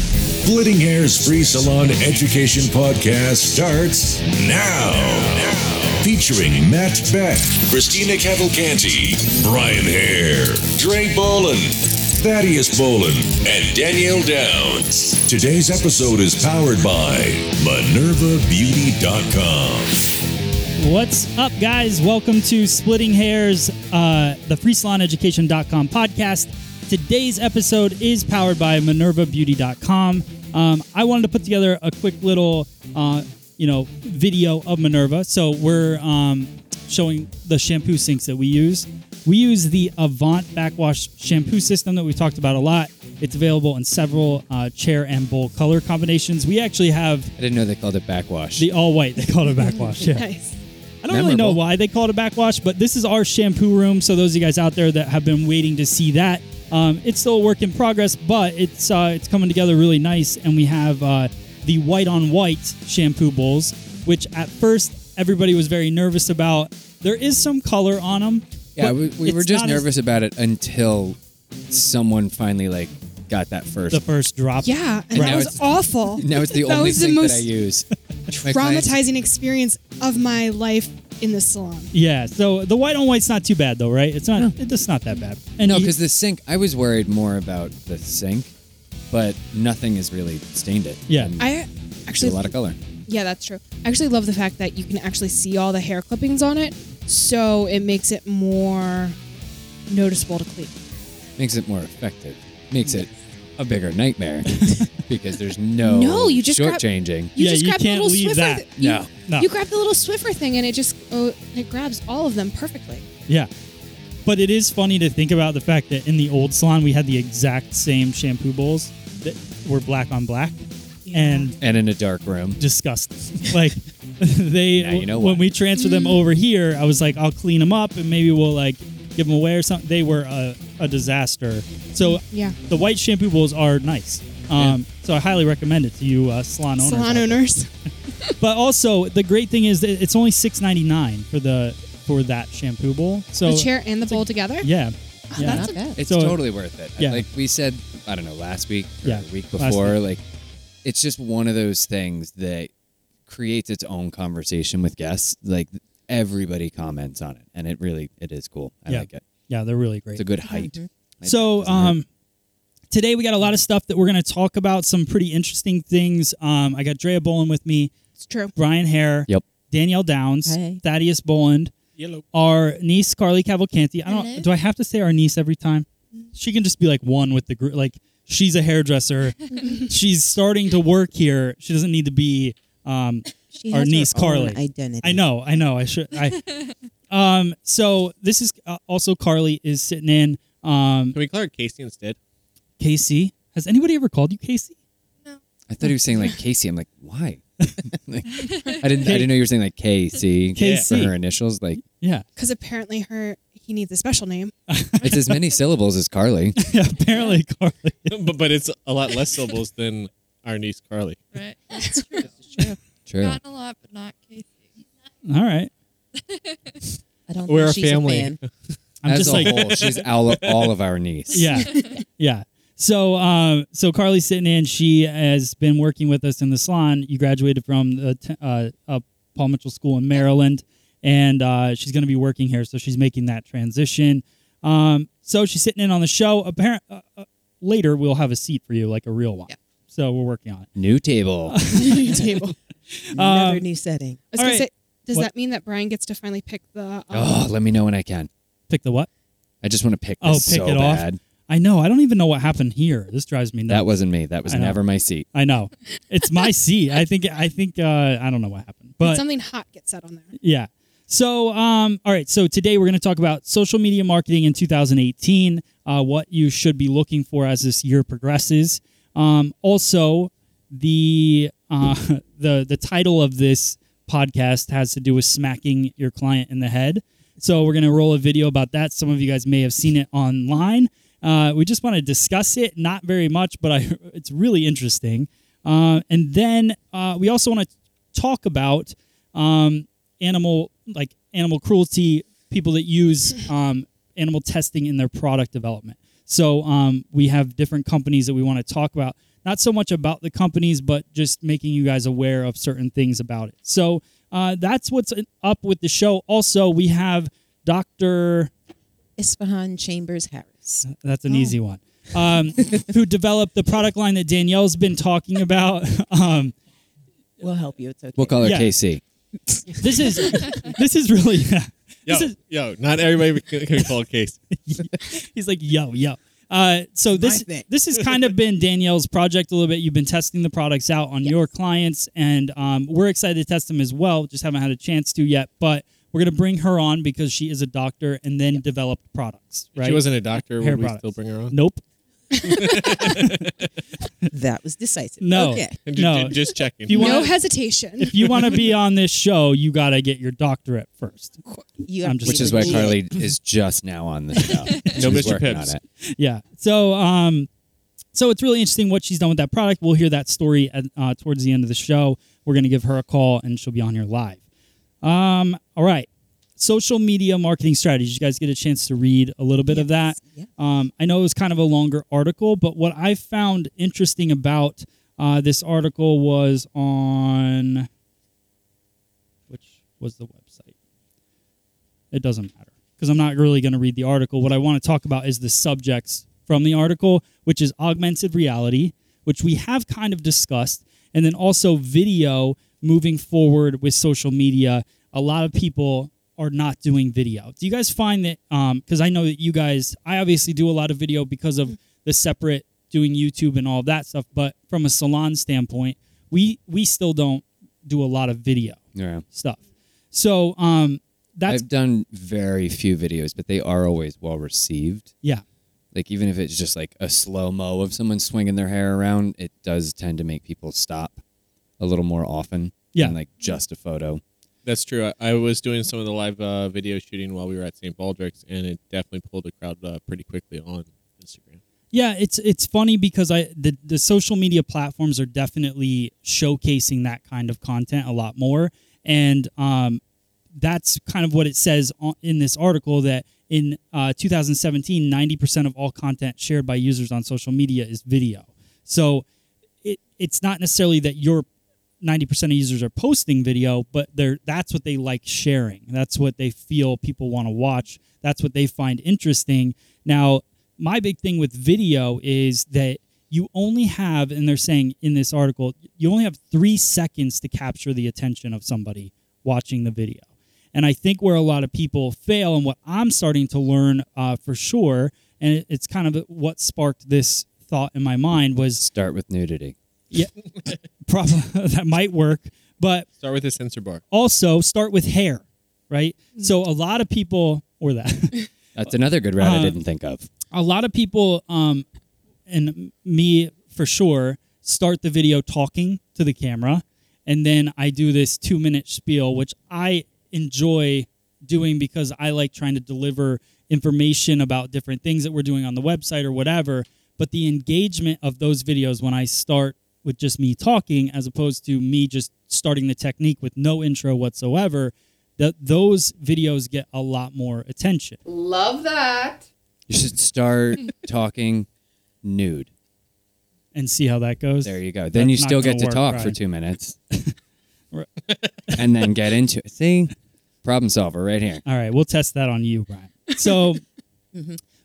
Splitting Hairs Free Salon Education Podcast starts now. Featuring Matt Beck, Christina Cavalcanti, Brian Hare, Dre Bolin, Thaddeus Bolin, and Danielle Downs. Today's episode is powered by MinervaBeauty.com. What's up, guys? Welcome to Splitting Hairs, uh, the freesaloneducation.com podcast. Today's episode is powered by minervabeauty.com. Um, I wanted to put together a quick little, uh, you know, video of Minerva. So we're um, showing the shampoo sinks that we use. We use the Avant backwash shampoo system that we talked about a lot. It's available in several uh, chair and bowl color combinations. We actually have I didn't know they called it backwash. the all white. They call it a backwash. Yeah. Nice. I don't really know Memorable. why they call it a backwash, but this is our shampoo room. So those of you guys out there that have been waiting to see that, um, it's still a work in progress, but it's uh, it's coming together really nice. And we have uh, the white on white shampoo bowls, which at first everybody was very nervous about. There is some color on them. yeah, we, we were just nervous about it until someone finally like got that first. The first drop. Yeah, and Right. that Now was it's- awful. now it's the that only was the thing most that I use. My clients- traumatizing experience of my life in the salon. Yeah. So the white on white's not too bad though, right? It's not. It's not that bad. And No, you- because the sink. I was worried more about the sink, but nothing has really stained it. Yeah. And I it's actually a lot of color. Yeah, that's true. I actually love the fact that you can actually see all the hair clippings on it, so it makes it more noticeable to clean. Makes it more effective. Makes it a bigger nightmare because there's no No, you just grab- shortchanging. You Yeah, just you grab the can't little leave Swiffer. that. th- you- No. No. You grab the little Swiffer thing, and it just oh, it grabs all of them perfectly. Yeah. But it is funny to think about the fact that in the old salon we had the exact same shampoo bowls that were black on black and and in a dark room. disgusting. like they Now you know when why. we transferred them over here, I was like, I'll clean them up and maybe we'll like give them away or something. They were a, a disaster. So Yeah. the white shampoo bowls are nice. Um, So I highly recommend it to you uh, salon owners. out salon there. owners. But also the great thing is that it's only six ninety nine for the for that shampoo bowl. So the chair and the bowl together. Oh, Yeah. yeah. That's a- It's So- totally worth it. Yeah. Like we said, I don't know, last week or Yeah, the week last before, like it's just one of those things that creates its own conversation with guests. Like everybody comments on it and it really it is cool. I yeah. like it. Yeah, they're really great. It's a good height. My So, back doesn't hurt. um, today we got a lot of stuff that we're going to talk about. Some pretty interesting things. Um, I got Drea Boland with me, It's true. Brian Hare, Yep. Danielle Downs, Hey. Thaddeus Boland, our niece Carly Cavalcanti. I don't. Hello. Do I have to say our niece every time? She can just be like one with the group. Like she's a hairdresser. she's starting to work here. She doesn't need to be. Um, She Our has her niece, own Carly. Identity. I know, I know. I should. I. Um. So this is uh, also Carly is sitting in. Um. Can we call her Casey instead? Casey. Has anybody ever called you Casey? I thought he was saying like Casey. I'm like, why? Like, I didn't I didn't know you were saying like KC KC. for her initials. Like Yeah. Because apparently, her he needs a special name. it's as many syllables as Carly. Yeah, apparently, Carly. but, but it's a lot less syllables than our niece Carly. Right. That's true. True. Gotten a lot, but not Casey. All right. I don't We're think a she's family. fan. I'm as just a like, whole, she's all, all of our niece. yeah, yeah. So, um, so Carly's sitting in. She has been working with us in the salon. You graduated from the t- uh, uh, Paul Mitchell School in Maryland, and uh, she's going to be working here. So she's making that transition. Um, so she's sitting in on the show. Apparent. Uh, uh, later, we'll have a seat for you, like a real one. Yeah. So we're working on it. Um, New table. table. Another new I setting. was All gonna right. say, does What? that mean that Brian gets to finally pick the? Um, Oh, let me know when I can. Pick the what? I just want to pick Oh, this pick so it off. bad. I know. I don't even know what happened here. This drives me nuts. That wasn't me. That was I know. never my seat. I know. It's my seat. I think. I think. Uh, I don't know what happened, but something hot gets said on there. Yeah. So, um, all right. So today we're going to talk about social media marketing in 2018, uh, what you should be looking for as this year progresses. Um, also, the uh, the the title of this podcast has to do with smacking your client in the head. So we're going to roll a video about that. Some of you guys may have seen it online. Uh, we just want to discuss it, not very much, but I, it's really interesting. Uh, and then uh, we also want to talk about um, animal like animal cruelty people that use um, animal testing in their product development So um, we have different companies that we want to talk about. Not so much about the companies, but just making you guys aware of certain things about it. So uh, that's what's up with the show. Also, we have Dr. Isfahan Chambers Harris. That's an easy one. Um, who developed the product line that Danielle's been talking about? Um, We'll help you. It's okay. We'll call her Yeah. KC. this is this is really. Yo, This is- yo, not everybody can, can call case. He's like, yo, yo. Uh, so this thing. this has kind of been Danielle's project a little bit. You've been testing the products out on your clients, and um, we're excited to test them as well. Just haven't had a chance to yet, but we're gonna bring her on because she is a doctor and then developed products. If Right? She wasn't a doctor. Hair Would we products. still bring her on? Nope. That was decisive. No. Okay. Just, No. just checking. If you no want, hesitation. if you want to be on this show, you gotta get your doctorate first. You I'm have just- Which is why Carly is just now on the show. No She's Mr. working Pips. on it. yeah. So um, so it's really interesting what she's done with that product. We'll hear that story at, uh, towards the end of the show. We're gonna give her a call and she'll be on here live. Um, all right. Social media marketing strategies. You guys get a chance to read a little bit of that. Yeah. Um, I know it was kind of a longer article, but what I found interesting about uh, this article was on which was the website. It doesn't matter because I'm not really going to read the article. What I want to talk about is the subjects from the article, which is augmented reality, which we have kind of discussed, and then also video moving forward with social media. A lot of people are not doing video. Do you guys find that? Because I know that you guys, I obviously do a lot of video because of the separate doing YouTube and all that stuff, but from a salon standpoint, we we still don't do a lot of video Yeah. stuff. So um, that's I've done very few videos, but they are always well received. yeah, Like even if it's just like a slow mo of someone swinging their hair around, it does tend to make people stop a little more often. Yeah. than like just a photo. That's true. I, I was doing some of the live uh, video shooting while we were at St. Baldrick's, and it definitely pulled the crowd uh, pretty quickly on Instagram. yeah. It's it's funny because I the the social media platforms are definitely showcasing that kind of content a lot more, and um, that's kind of what it says on, in this article that in uh, 2017, 90% of all content shared by users on social media is video. So it it's not necessarily that your 90% of users are posting video, but they're that's what they like sharing. That's what they feel people want to watch. That's what they find interesting. Now, my big thing with video is that you only have and they're saying in this article, you only have 3 seconds to capture the attention of somebody watching the video. And I think where a lot of people fail, and what I'm starting to learn uh, for sure, and it- it's kind of what sparked this thought in my mind was Start with nudity. prob- that might work, but Start with the censor bar. also start with hair, right? So a lot of people, or that, That's another good route Um, I didn't think of. a lot of people um and me for sure start the video talking to the camera and then i do this two minute spiel which i enjoy doing because i like trying to deliver information about different things that we're doing on the website or whatever but the engagement of those videos when i start with just me talking as opposed to me just starting the technique with no intro whatsoever that those videos get a lot more attention Love that. You should start talking nude. and see how that goes There you go. Then you That's not still gonna get to work, talk for Brian. two minutes, Right. and then get into it. See, problem solver right here. All right, we'll test that on you, Brian. So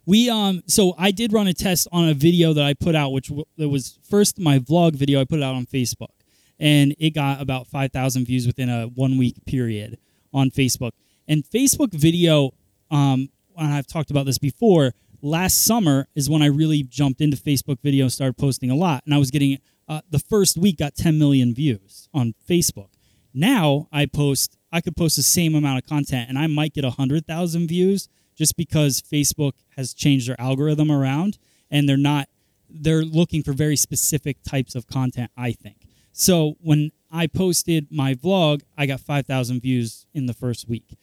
we um so I did run a test on a video that I put out which w- that was first my vlog video I put it out on Facebook and it got about 5000 views within a 1 week period on Facebook. And Facebook video um and I've talked about this before, last summer is when I really jumped into Facebook video and started posting a lot and I was getting uh, the first week got 10 million views on Facebook now I post I could post the same amount of content and I might get 100,000 views just because Facebook has changed their algorithm around and they're not they're looking for very specific types of content I think. So when I posted my vlog, I got 5,000 views in the first week.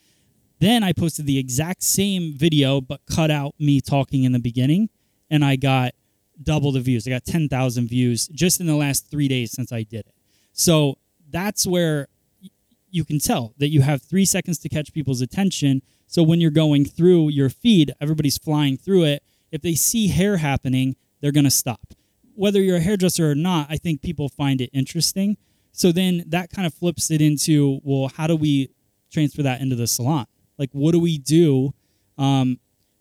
Then I posted the exact same video, but cut out me talking in the beginning, and I got double the views. I got 10,000 views just in the last three days since I did it. So that's where y- you can tell that you have three seconds to catch people's attention. So when you're going through your feed, everybody's flying through it, If they see hair happening, they're going to stop. Whether you're a hairdresser or not, I think people find it interesting. So then that kind of flips it into well, how do we transfer that into the salon? Like, what do we do? Um,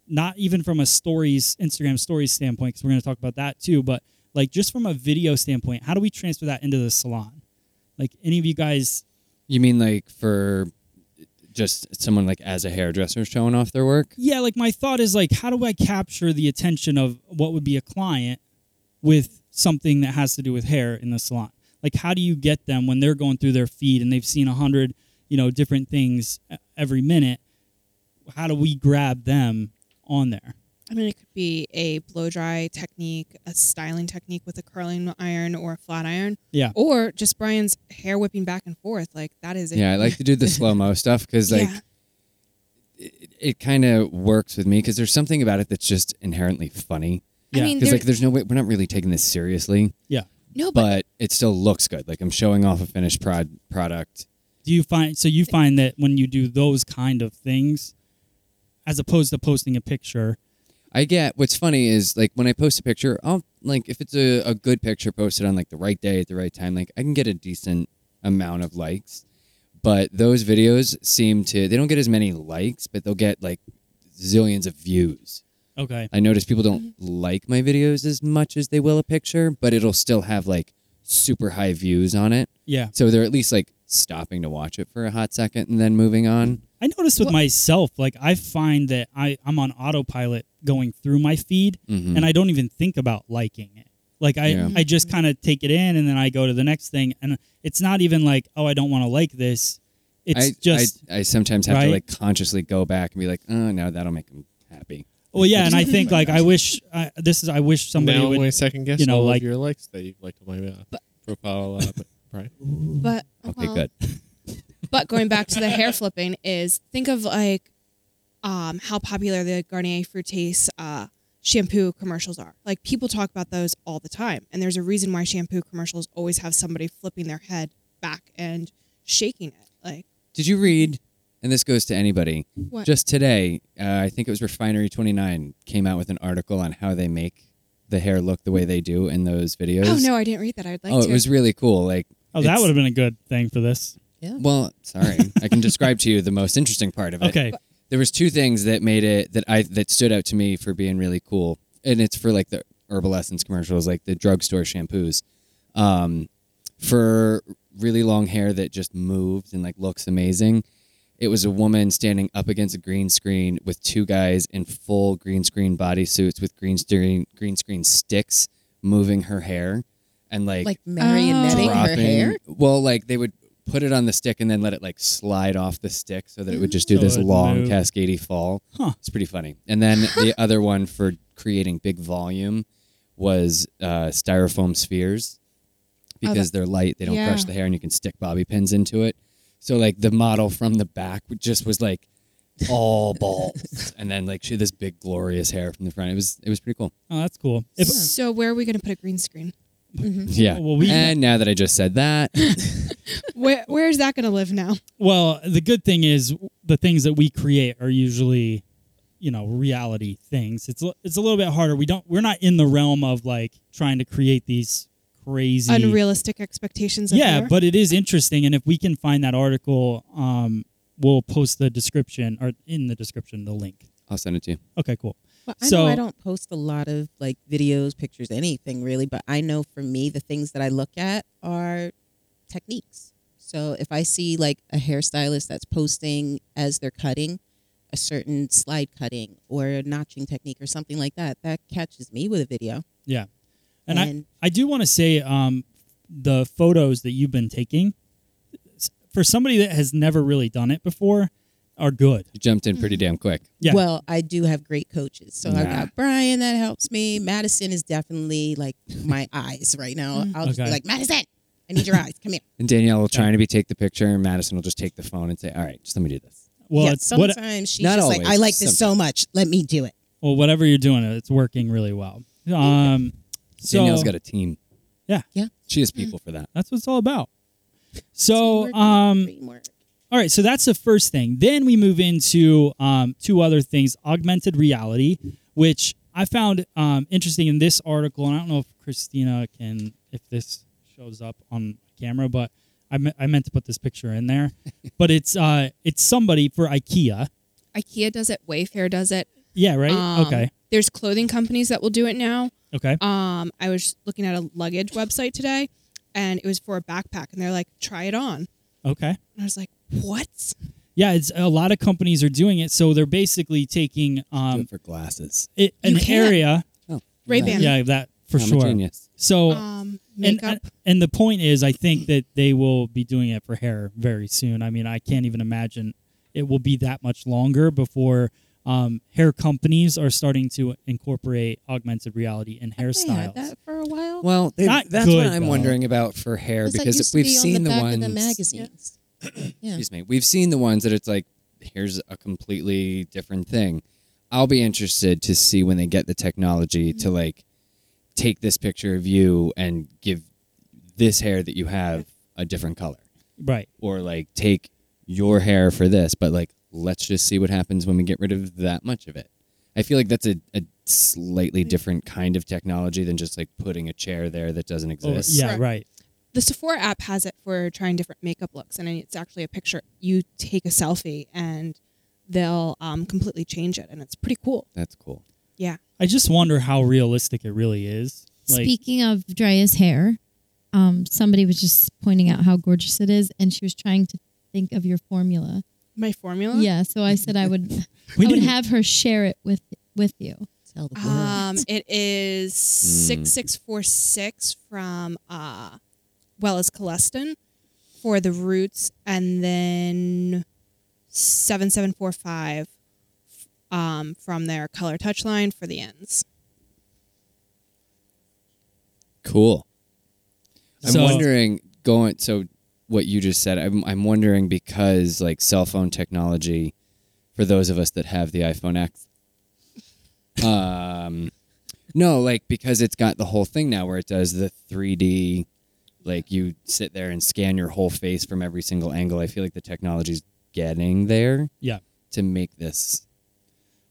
not even from a stories, Instagram stories standpoint, because we're going to talk about that too, but like just from a video standpoint, how do we transfer that into the salon? Like, any of you guys, You mean like for just someone like as a hairdresser showing off their work? yeah, like my thought is like, how do I capture the attention of what would be a client with something that has to do with hair in the salon? Like, how do you get them when they're going through their feed and they've seen a hundred, you know, different things e- every minute? How do we grab them on there? I mean, it could be a blow dry technique, a styling technique with a curling iron or a flat iron. Yeah. Or just Brian's hair whipping back and forth. Like, that is it. Yeah, I like to do the slow mo stuff because like Yeah. it, it kind of works with me because there's something about it that's just inherently funny. Yeah. I mean, Because there- like there's no way we're not really taking this seriously, Yeah. no, but but, it still looks good. Like I'm showing off a finished prod product. Do you find so you find that when you do those kind of things, as opposed to posting a picture? I get what's funny is like when I post a picture, I'll like if it's a, a good picture posted on like the right day at the right time, like I can get a decent amount of likes. But those videos seem to they don't get as many likes, but they'll get like zillions of views. Okay. I notice people don't like my videos as much as they will a picture, but it'll still have like super high views on it. Yeah. So they're at least like stopping to watch it for a hot second and then moving on. I noticed with What- myself, like I find that I, I'm on autopilot going through my feed Mhm. and I don't even think about liking it. Like I, Yeah. I just kind of take it in and then I go to the next thing and it's not even like, oh, I don't want to like this. It's I, just I, I sometimes have to Right? like consciously go back and be like, oh no, that'll make them happy. well, yeah, and I think like I wish I, this is I wish somebody now would when I second guess you know, all like- of your likes that you've liked on my uh, profile, uh, but Brian. but, Okay, well, good. but going back to the hair flipping is think of like um, how popular the Garnier Fructis uh, shampoo commercials are. Like people talk about those all the time, and there's a reason why shampoo commercials always have somebody flipping their head back and shaking it. Like Did you read? And this goes to anybody. what? Just today, uh, I think it was Refinery Twenty Nine came out with an article on how they make the hair look the way they do in those videos. oh no, I didn't read that. I'd like oh, to. it was really cool. Like, Oh, that it's- would have been a good thing for this. Well, sorry, I can describe to you the most interesting part of it. Okay. there was two things that made it that I that stood out to me for being really cool, and it's for like the Herbal Essence commercials, like the drugstore shampoos, um, for really long hair that just moved and like looks amazing. It was a woman standing up against a green screen with two guys in full green screen bodysuits with green screen green screen sticks moving her hair, and Like marionetting her dropping- hair. Well, like they would put it on the stick and then let it like slide off the stick so that it would just do So this it'd long move. cascadey fall. Huh. It's pretty funny. And then the other one for creating big volume was uh, styrofoam spheres Oh, that- because they're light, they don't Yeah. crush the hair, and you can stick bobby pins into it. So like the model from the back would- just was like all balls, and then like she had this big glorious hair from the front. It was it was pretty cool. Oh, that's cool. If, so where are we going to put a green screen? Mm-hmm. Yeah. Well, we- and now that I just said that, Where where is that going to live now? Well, the good thing is the things that we create are usually, you know, reality things. It's a- it's a little bit harder. We don't we're not in the realm of like trying to create these crazy Unrealistic expectations. Of Yeah, hair? but it is interesting and if we can find that article, um we'll post the description or in the description the link. I'll send it to you. Okay, cool. Well, I So- know I don't post a lot of like videos, pictures, anything really, but I know for me the things that I look at are techniques. So if I see like a hairstylist that's posting as they're cutting a certain slide cutting or a notching technique or something like that, that catches me with a video. Yeah. And, And- I, I do want to say um, the photos that you've been taking, s- for somebody that has never really done it before, are good. You jumped in pretty damn quick. Yeah. Well, I do have great coaches. So I've Nah. got Brian that helps me. Madison is definitely like my eyes right now. I'll just Okay. be like, Madison, I need your eyes. Come here. And Danielle will try to be take the picture, and Madison will just take the phone and say, "All right, just let me do this." Well, yeah, it's, what, sometimes she's Not just like, always, I like this so much. Let me do it. well, whatever you're doing, it's working really well. Um, so Danielle's got a team. Yeah. Yeah. She has people for that. that's what it's all about. So, Teamwork, um, teamwork. All right, so that's the first thing. Then we move into um, two other things: augmented reality, which I I found um, interesting in this article, and I don't know if Christina can, if this shows up on camera, but I, me- I meant to put this picture in there. but it's uh, it's somebody for IKEA. IKEA does it. Wayfair does it. Yeah, right. Um, okay, There's clothing companies that will do it now. okay. Um, I was looking at a luggage website today, and it was for a backpack, and they're like, "Try it on," and Okay. I was like, "What?" Yeah, it's a lot of companies are doing it, so they're basically taking Do um it for glasses. it, You an can. area. Oh, Ray-Ban. Yeah, that for I'm a sure. genius. So Um, and, makeup. and the point is, I think that they will be doing it for hair very soon. I mean, I can't even imagine it will be that much longer before um, hair companies are starting to incorporate augmented reality in hairstyles. They had that for a while. Well, they- Not that's good, what I'm though. wondering about for hair Because that because used to we've be on seen the, the, back ones. of the magazines. Yeah. Excuse me. We've seen the ones that it's like, here's a completely different thing. I'll be interested to see when they get the technology Mm-hmm. to like take this picture of you and give this hair that you have a different color, right. or like take your hair for this. But like, let's just see what happens when we get rid of that much of it. I feel like that's a, a slightly different kind of technology than just like putting a chair there that doesn't Oh, exist. yeah, Correct. right. the Sephora app has it for trying different makeup looks, and it's actually a picture. You take a selfie, and they'll um, completely change it, and it's pretty cool. That's cool. Yeah, I just wonder how realistic it really is. Like, Speaking of Dreya's hair, um, somebody was just pointing out how gorgeous it is, and she was trying to think of your formula. my formula. Yeah, so I said I would, we I would didn't- have her share it with with you. Tell the Um, it is six six four six from uh, Wella's Colestin for the roots, and then seven seven four five um, from their color touch line for the ends. Cool. I'm So- wondering going so what you just said. I'm I'm wondering because like cell phone technology for those of us that have the iPhone X. Um no, like because it's got the whole thing now where it does the 3D like you sit there and scan your whole face from every single angle. I feel like the technology's getting there yeah. to make this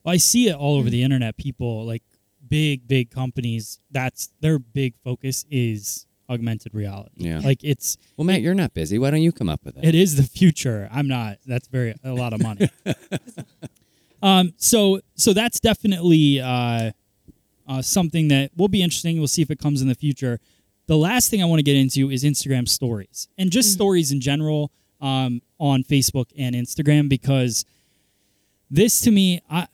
Well, I see it all over the internet. People like big, big companies. That's their big focus is augmented reality. Yeah. Like it's Well, Matt, you're not busy. Why don't you come up with it? It is the future. I'm not. That's very a lot of money. um. So so that's definitely uh, uh, something that will be interesting. We'll see if it comes in the future. The last thing I want to get into is Instagram stories and just stories in general um, on Facebook and Instagram because this to me, I,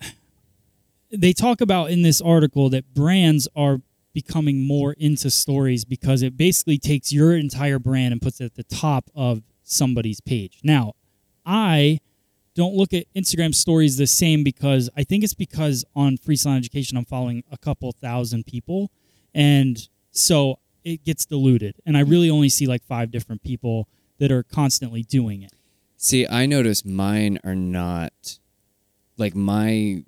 they talk about in this article that brands are becoming more into stories because it basically takes your entire brand and puts it at the top of somebody's page. Now, I don't look at Instagram stories the same because I think it's because on Freestyle Education I'm following a couple thousand people and so it gets diluted and I really only see like five different people that are constantly doing it. See, I notice mine are not like my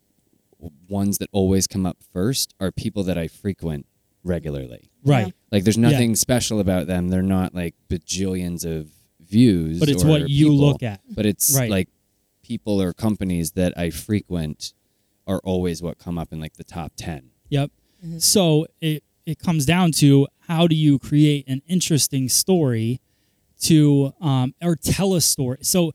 ones that always come up first are people that I frequent regularly. Right. Like there's Yeah. nothing special about them. They're not like bajillions of views. But it's or what you people. look at. But it's Right. like people or companies that I frequent are always what come up in like the top ten. Yep. So it it comes down to how do you create an interesting story to um, or tell a story. So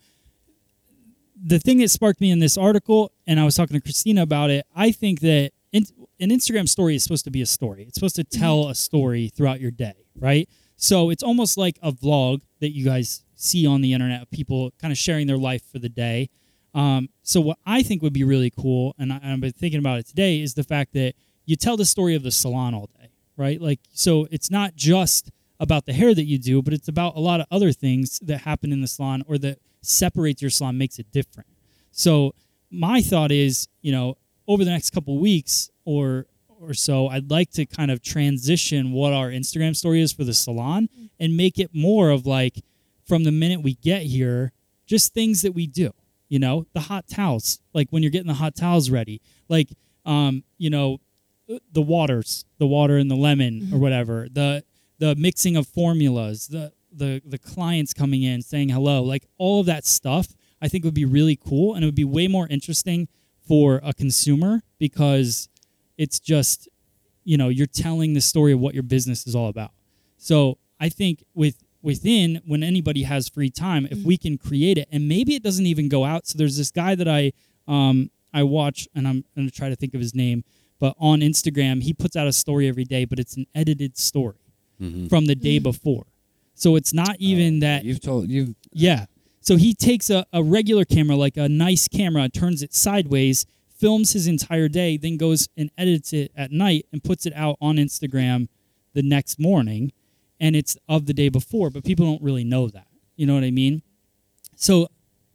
the thing that sparked me in this article, and I was talking to Christina about it. I think that in, an Instagram story is supposed to be a story. It's supposed to tell a story throughout your day, right? So it's almost like a vlog that you guys see on the internet of people kind of sharing their life for the day. Um, so what I think would be really cool, and I, I've been thinking about it today, is the fact that you tell the story of the salon all day, right? Like, so it's not just about the hair that you do, but it's about a lot of other things that happen in the salon or that separates your salon, makes it different. So my thought is, you know, over the next couple weeks or or so, I'd like to kind of transition what our Instagram story is for the salon and make it more of like from the minute we get here, just things that we do. You know, the hot towels, like when you're getting the hot towels ready, like um, you know, the waters, the water and the lemon or whatever, the the mixing of formulas, the the the clients coming in saying hello, like all of that stuff, I think would be really cool and it would be way more interesting for a consumer because It's just, you know, you're telling the story of what your business is all about. So I think with within when anybody has free time, if we can create it, and maybe it doesn't even go out. So there's this guy that I um, I watch, and I'm going to try to think of his name, but on Instagram he puts out a story every day, but it's an edited story from the day before. So it's not even that Mm. Oh, You've told you've yeah. So he takes a, a regular camera, like a nice camera, turns it sideways, films his entire day, then goes and edits it at night and puts it out on Instagram the next morning. And it's of the day before, but people don't really know that. You know what I mean? So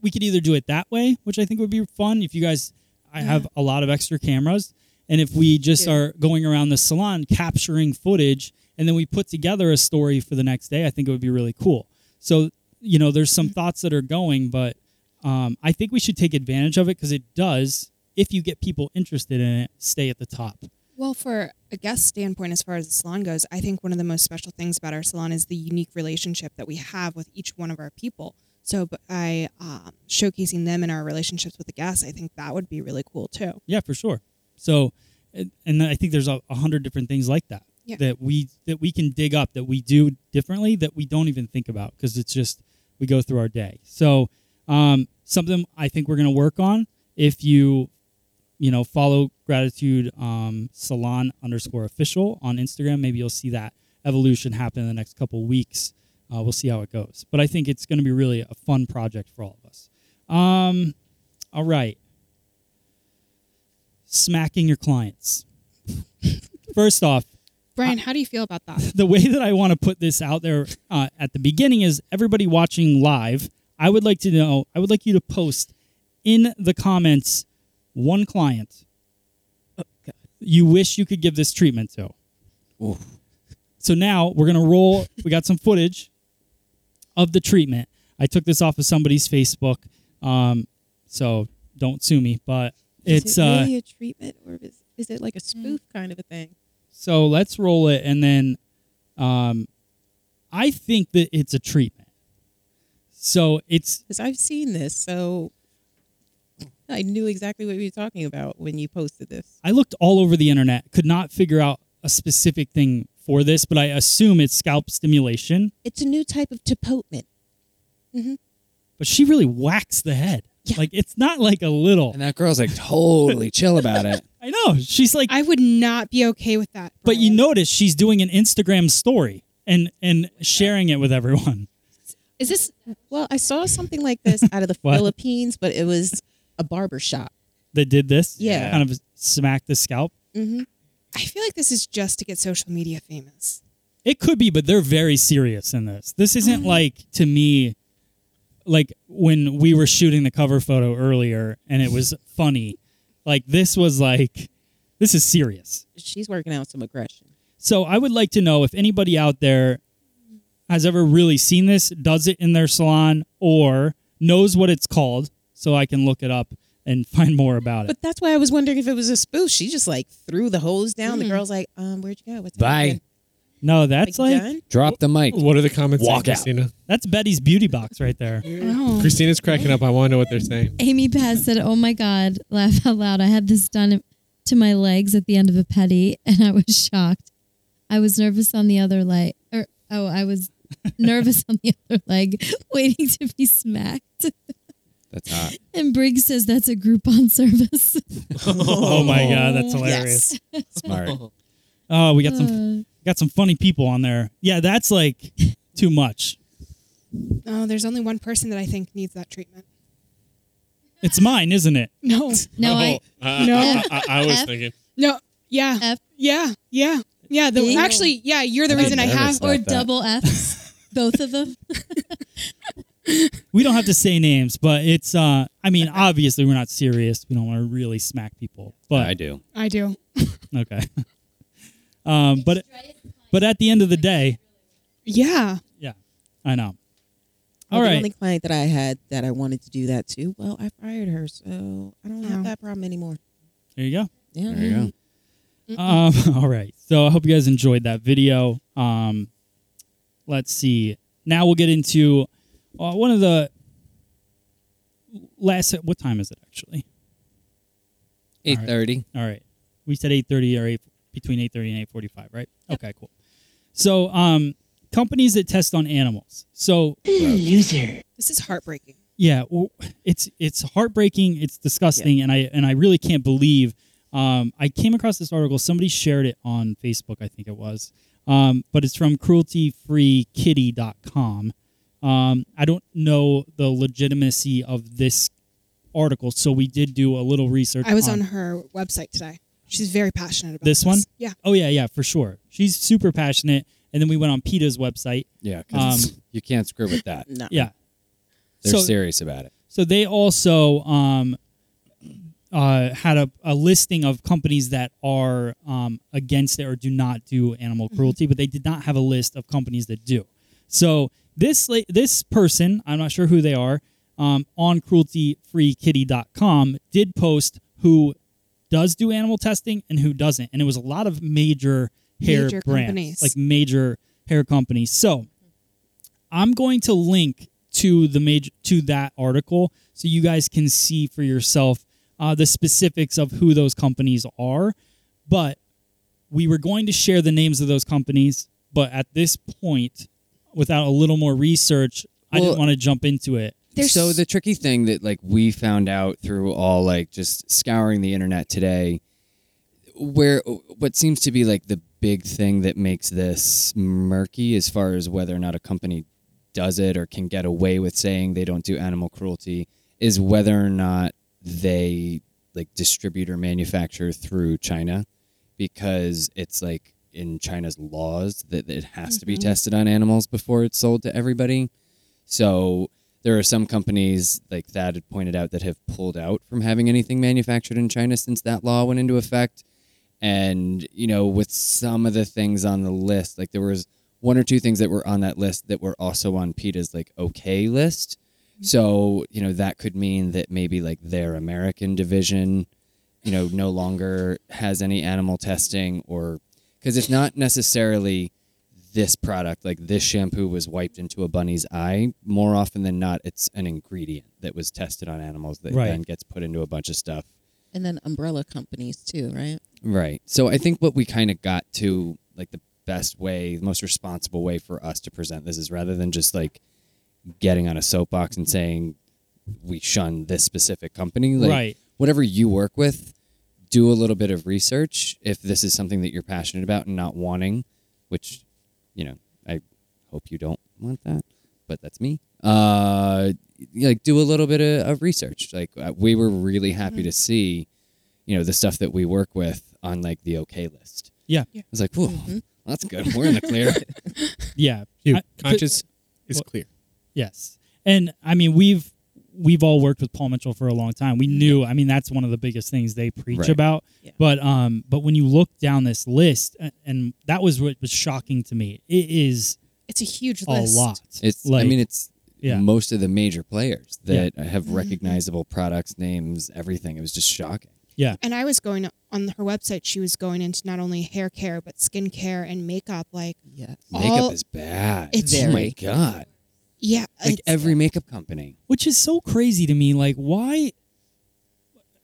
we could either do it that way, which I think would be fun if you guys, I have a lot of extra cameras. And if we just do. are going around the salon capturing footage and then we put together a story for the next day, I think it would be really cool. So, you know, there's some thoughts that are going, but um, I think we should take advantage of it because it does, if you get people interested in it, stay at the top. Well, for a guest standpoint, as far as the salon goes, I think one of the most special things about our salon is the unique relationship that we have with each one of our people. So by um, showcasing them in our relationships with the guests, I think that would be really cool too. Yeah, for sure. So, and and I think there's a, a hundred different things like that Yeah. that we that we can dig up that we do differently that we don't even think about because it's just we go through our day. So, um, something I think we're gonna work on if you, you know, follow gratitude um, salon underscore official on Instagram, maybe you'll see that evolution happen in the next couple weeks. Uh, we'll see how it goes, but I think it's gonna be really a fun project for all of us. Um, all right smacking your clients. First off, Brian, how do you feel about that? the way that I want to put this out there uh, at the beginning is everybody watching live, I would like to know, I would like you to post in the comments one client you wish you could give this treatment to. Oof. So now we're going to roll. We got some footage of the treatment. I took this off of somebody's Facebook, um, so don't sue me, but it's. is it uh, really a treatment or is, is it like a spoof kind of a thing? So let's roll it, and then um, I think that it's a treatment. So it's Because I've seen this, so I knew exactly what you were talking about when you posted this. I looked all over the internet, could not figure out a specific thing for this, but I assume it's scalp stimulation. It's a new type of tapotement. Mm-hmm. But she really whacks the head. Yeah. Like it's not like a little. and that girl's like totally chill about it. I know she's like, I would not be okay with that. but you Brian. notice she's doing an Instagram story and and sharing it with everyone. Is this? Well, I saw something like this out of the What? Philippines, but it was a barber shop. That did this, Yeah. kind of smack the scalp. Mm-hmm. I feel like this is just to get social media famous. It could be, but they're very serious in this. This isn't like to me like when we were shooting the cover photo earlier and it was funny. Like this was like this is serious. She's working out some aggression. So I would like to know if anybody out there has ever really seen this, does it in their salon or knows what it's called so I can look it up and find more about it. But that's why I was wondering if it was a spoof. She just like threw the hose down. Mm. The girl's like, "Um, where'd you go? What's Bye. happening? No, that's Like, like done? Drop the mic. What are the comments? saying, Walk out. Christina. that's Betty's beauty box right there. Oh. Christina's cracking up. I want to know what they're saying. Amy Paz said, "Oh my God, laugh out loud! I had this done to my legs at the end of a petty, and I was shocked. I was nervous on the other leg, or oh, I was nervous on the other leg, waiting to be smacked." That's hot. And Briggs says that's a Groupon service. Oh, my god, that's hilarious. Smart. Oh, we got some Uh, Got some funny people on there. Yeah, that's like too much. Oh, there's only one person that I think needs that treatment. It's mine, isn't it? No, no, Oh, I, uh, no. I- Oh, uh, I, was thinking. no, yeah, F. yeah, yeah, yeah. The, Ew. actually, yeah, you're the I'm reason I nervous have. now. or Stop that. double F's, both of them. We don't have to say names, but it's uh I mean, obviously we're not serious. We don't want to really smack people. I But do. I do. okay. um but but at the end of the day, Yeah. yeah. I know. Well, All The right. only client that I had that I wanted to do that to. Well, I fired her, so I don't Oh. have that problem anymore. There you go. Yeah. There you go. Um, all right. So I hope you guys enjoyed that video. Um, let's see. Now we'll get into uh, one of the last. What time is it actually? Eight thirty. All right. we said 8:30 or 8 between 8:30 and 8:45, right? Okay, cool. So, um companies that test on animals. So, This is heartbreaking. yeah, well, it's it's heartbreaking, it's disgusting, and I and I really can't believe um I came across this article, somebody shared it on Facebook, I think it was. Um, but it's from crueltyfreekitty.com. Um, I don't know the legitimacy of this article, so we did do a little research. I was on her website today. She's very passionate about This one? Yeah. Oh yeah, yeah, for sure. She's super passionate. And then we went on PETA's website. Yeah, 'cause Um, you can't screw with that. No. Yeah. They're So- serious about it. So they also um, uh, had a, a listing of companies that are um, against it or do not do animal Mm-hmm. cruelty, but they did not have a list of companies that do. So this la- this person, I'm not sure who they are, um, on crueltyfreekitty.com did post who does do animal testing and who doesn't, and it was a lot of major hair Major brands, companies. like major hair companies. So I'm going to link to the major to that article so you guys can see for yourself uh, the specifics of who those companies are. But we were going to share the names of those companies, but at this point, without a little more research, I didn't Well- want to jump into it. There's so the tricky thing that like we found out through all like just scouring the internet today where what seems to be like the big thing that makes this murky as far as whether or not a company does it or can get away with saying they don't do animal cruelty is whether or not they like distribute or manufacture through China because it's like in China's laws that it has to be tested on animals before it's sold to everybody. So there are some companies like that had pointed out that have pulled out from having anything manufactured in China since that law went into effect. And you know, with some of the things on the list, like there was one or two things that were on that list that were also on PETA's like okay list. So, you know, that could mean that maybe like their American division, you know, no longer has any animal testing or because it's not necessarily this product, like this shampoo was wiped into a bunny's eye, more often than not, it's an ingredient that was tested on animals that Right. then gets put into a bunch of stuff. And then umbrella companies too, right? Right. So I think what we kind of got to, like the best way, the most responsible way for us to present this is rather than just like getting on a soapbox and saying we shun this specific company. Like, Right. Whatever you work with, do a little bit of research if this is something that you're passionate about and not wanting, which, you know, I hope you don't want that, but that's me. Uh, like do a little bit of, of research. Like uh, we were really Mm-hmm. happy to see, you know, the stuff that we work with on like the okay list. Yeah. I was like, whoa, Mm-hmm. that's good. We're in the clear. Yeah. Your I- conscience is clear. Yes, and I mean we've we've all worked with Paul Mitchell for a long time. Mm-hmm. We knew. I mean that's one of the biggest things they preach Right. about. Yeah. But um, but when you look down this list, a- and that was what was shocking to me. It is it's a huge a list. lot. It's I mean it's Yeah. most of the major players that Mm-hmm. have recognizable products, names, everything. It was just shocking. yeah, And I was going on her website. She was going into not only hair care but skin care and makeup. Like, Yeah. Makeup All- is bad. It's- oh my Very. god. yeah, Like it's- every makeup company. which is so crazy to me. Like why?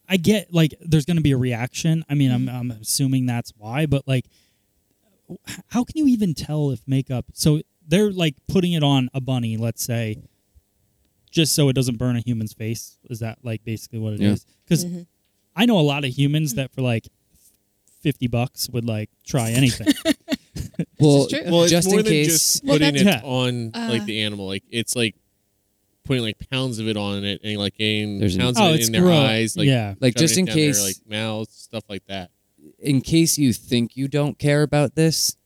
I get like there's going to be a reaction. I mean, I'm I'm assuming that's why. But like, how can you even tell if makeup? So they're like putting it on a bunny, let's say, just so it doesn't burn a human's face. Is that like basically what it Yeah. is? Because Mm-hmm. I know a lot of humans that for like fifty bucks would like try anything. Well, true. Well, it's just more in than case just Well, putting it that's- on like Uh, the animal. Like it's like putting like pounds of it on it and like getting There's an- pounds oh, of it it's in their gross. eyes. Like yeah, like just in shoving it down case their, like mouths, stuff like that. in case you think you don't care about this,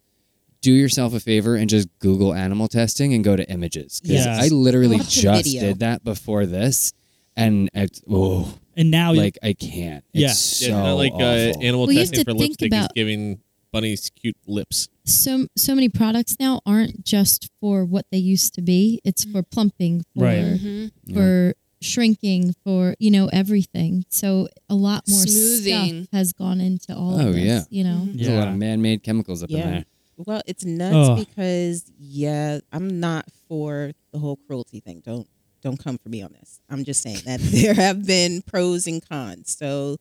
do yourself a favor and just Google animal testing and go to images. 'Cause Yeah. I literally Watch a just video. did that before this, and it's oh, and now you- like I can't. Yeah. It's so yeah, not like uh, awful. animal Well, you have testing for to think lipstick is about- giving bunnies cute lips. so so many products now aren't just for what they used to be. It's for plumping, for Right. Mhm. for shrinking, for you know everything. So a lot more Smoothing. Mm-hmm. stuff has gone into all. Oh, of this, yeah. you know. yeah. There's a lot of man-made chemicals up in Yeah. there. Well, it's nuts Ugh. because yeah, I'm not for the whole cruelty thing. Don't don't come for me on this. I'm just saying that there have been pros and cons. So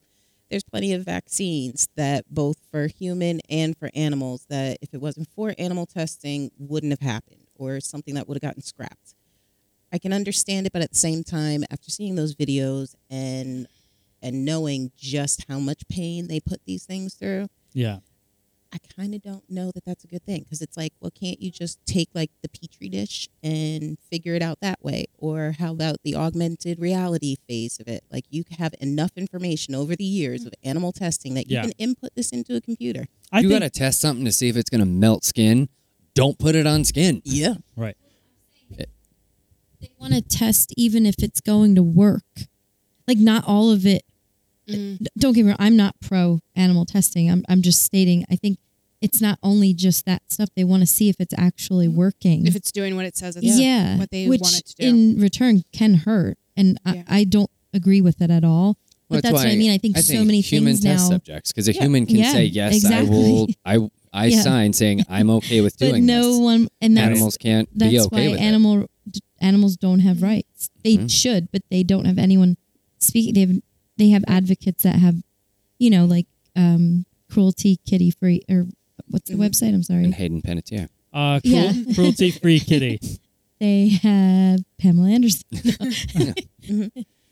there's plenty of vaccines that both for human and for animals that if it wasn't for animal testing wouldn't have happened or something that would have gotten scrapped. I can understand it, but at the same time, after seeing those videos and and knowing just how much pain they put these things through, Yeah. I kind of don't know that that's a good thing because it's like, well, can't you just take like the petri dish and figure it out that way? Or how about the augmented reality phase of it? Like, you have enough information over the years of animal testing that you Yeah. can input this into a computer. I you think, gotta test something to see if it's gonna melt skin. Don't put it on skin. Yeah. right. They want to test even if it's going to work. Like not all of it. Mm-hmm. D- Don't get me wrong. I'm not pro animal testing. I'm I'm just stating. I think it's not only just that stuff. They want to see if it's actually working. Mm-hmm. if it's doing what it says it's yeah, what they which want it to do. in return can hurt, and Yeah. I, I don't agree with it at all. Well, but that's what I mean. I think so many human things test now. subjects because a human can Yeah, say yes, exactly. I will. I I Yeah. sign saying I'm okay with But doing no this. one, and that's Animals can't that's be okay why with it. animal d- animals don't Mm-hmm. have rights. They Mhm. should, but they don't have anyone speaking. They have they have advocates that have, you know, like um, cruelty kitty free or what's the Mm-hmm. Mhm. website? I'm sorry. And Hayden Panettiere. Uh, cruel, Yeah. cruelty free kitty. They have Pamela Anderson. Mm-hmm.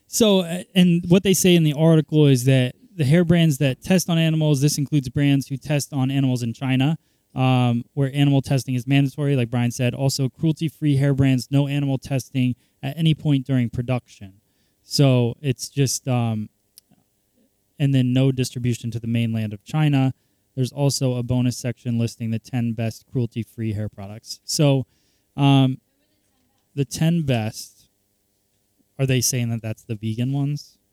So, uh, and what they say in the article is that the hair brands that test on animals, this includes brands who test on animals in China, um, where animal testing is mandatory, like Brian said. Also, cruelty free hair brands, no animal testing at any point during production. So it's just, um, and then no distribution to the mainland of China. There's also a bonus section listing the 10 best cruelty free hair products. So um, the 10 best, are they saying that that's the vegan ones?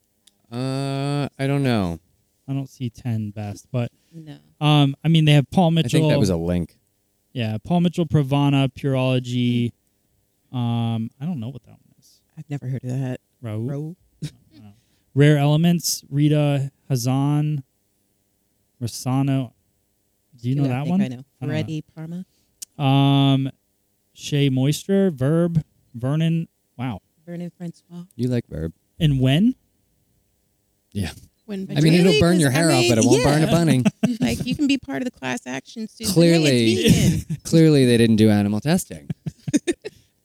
Uh, I don't know. I don't see 10 best, but No. um, I mean, they have Paul I Mitchell. think that was a link. yeah, Paul Mitchell, Pravana, Purology. Um, I don't know what that one is. I've never heard of that. Raoul? Bro. Rare Elements, Rita Hazan, Rosano. Do you know I that think one? I know. I don't Freddy Parma. Um, Shea Moisture, Verb, Vernon. Wow. Vernon Francois. You like verb. And when? When I mean, Really? it'll burn your 'Cause, I hair off, but it mean, won't burn a yeah. bunning. like, you can be part of the class action suit. Clearly. Hey, it's vegan. Clearly, they didn't do animal testing.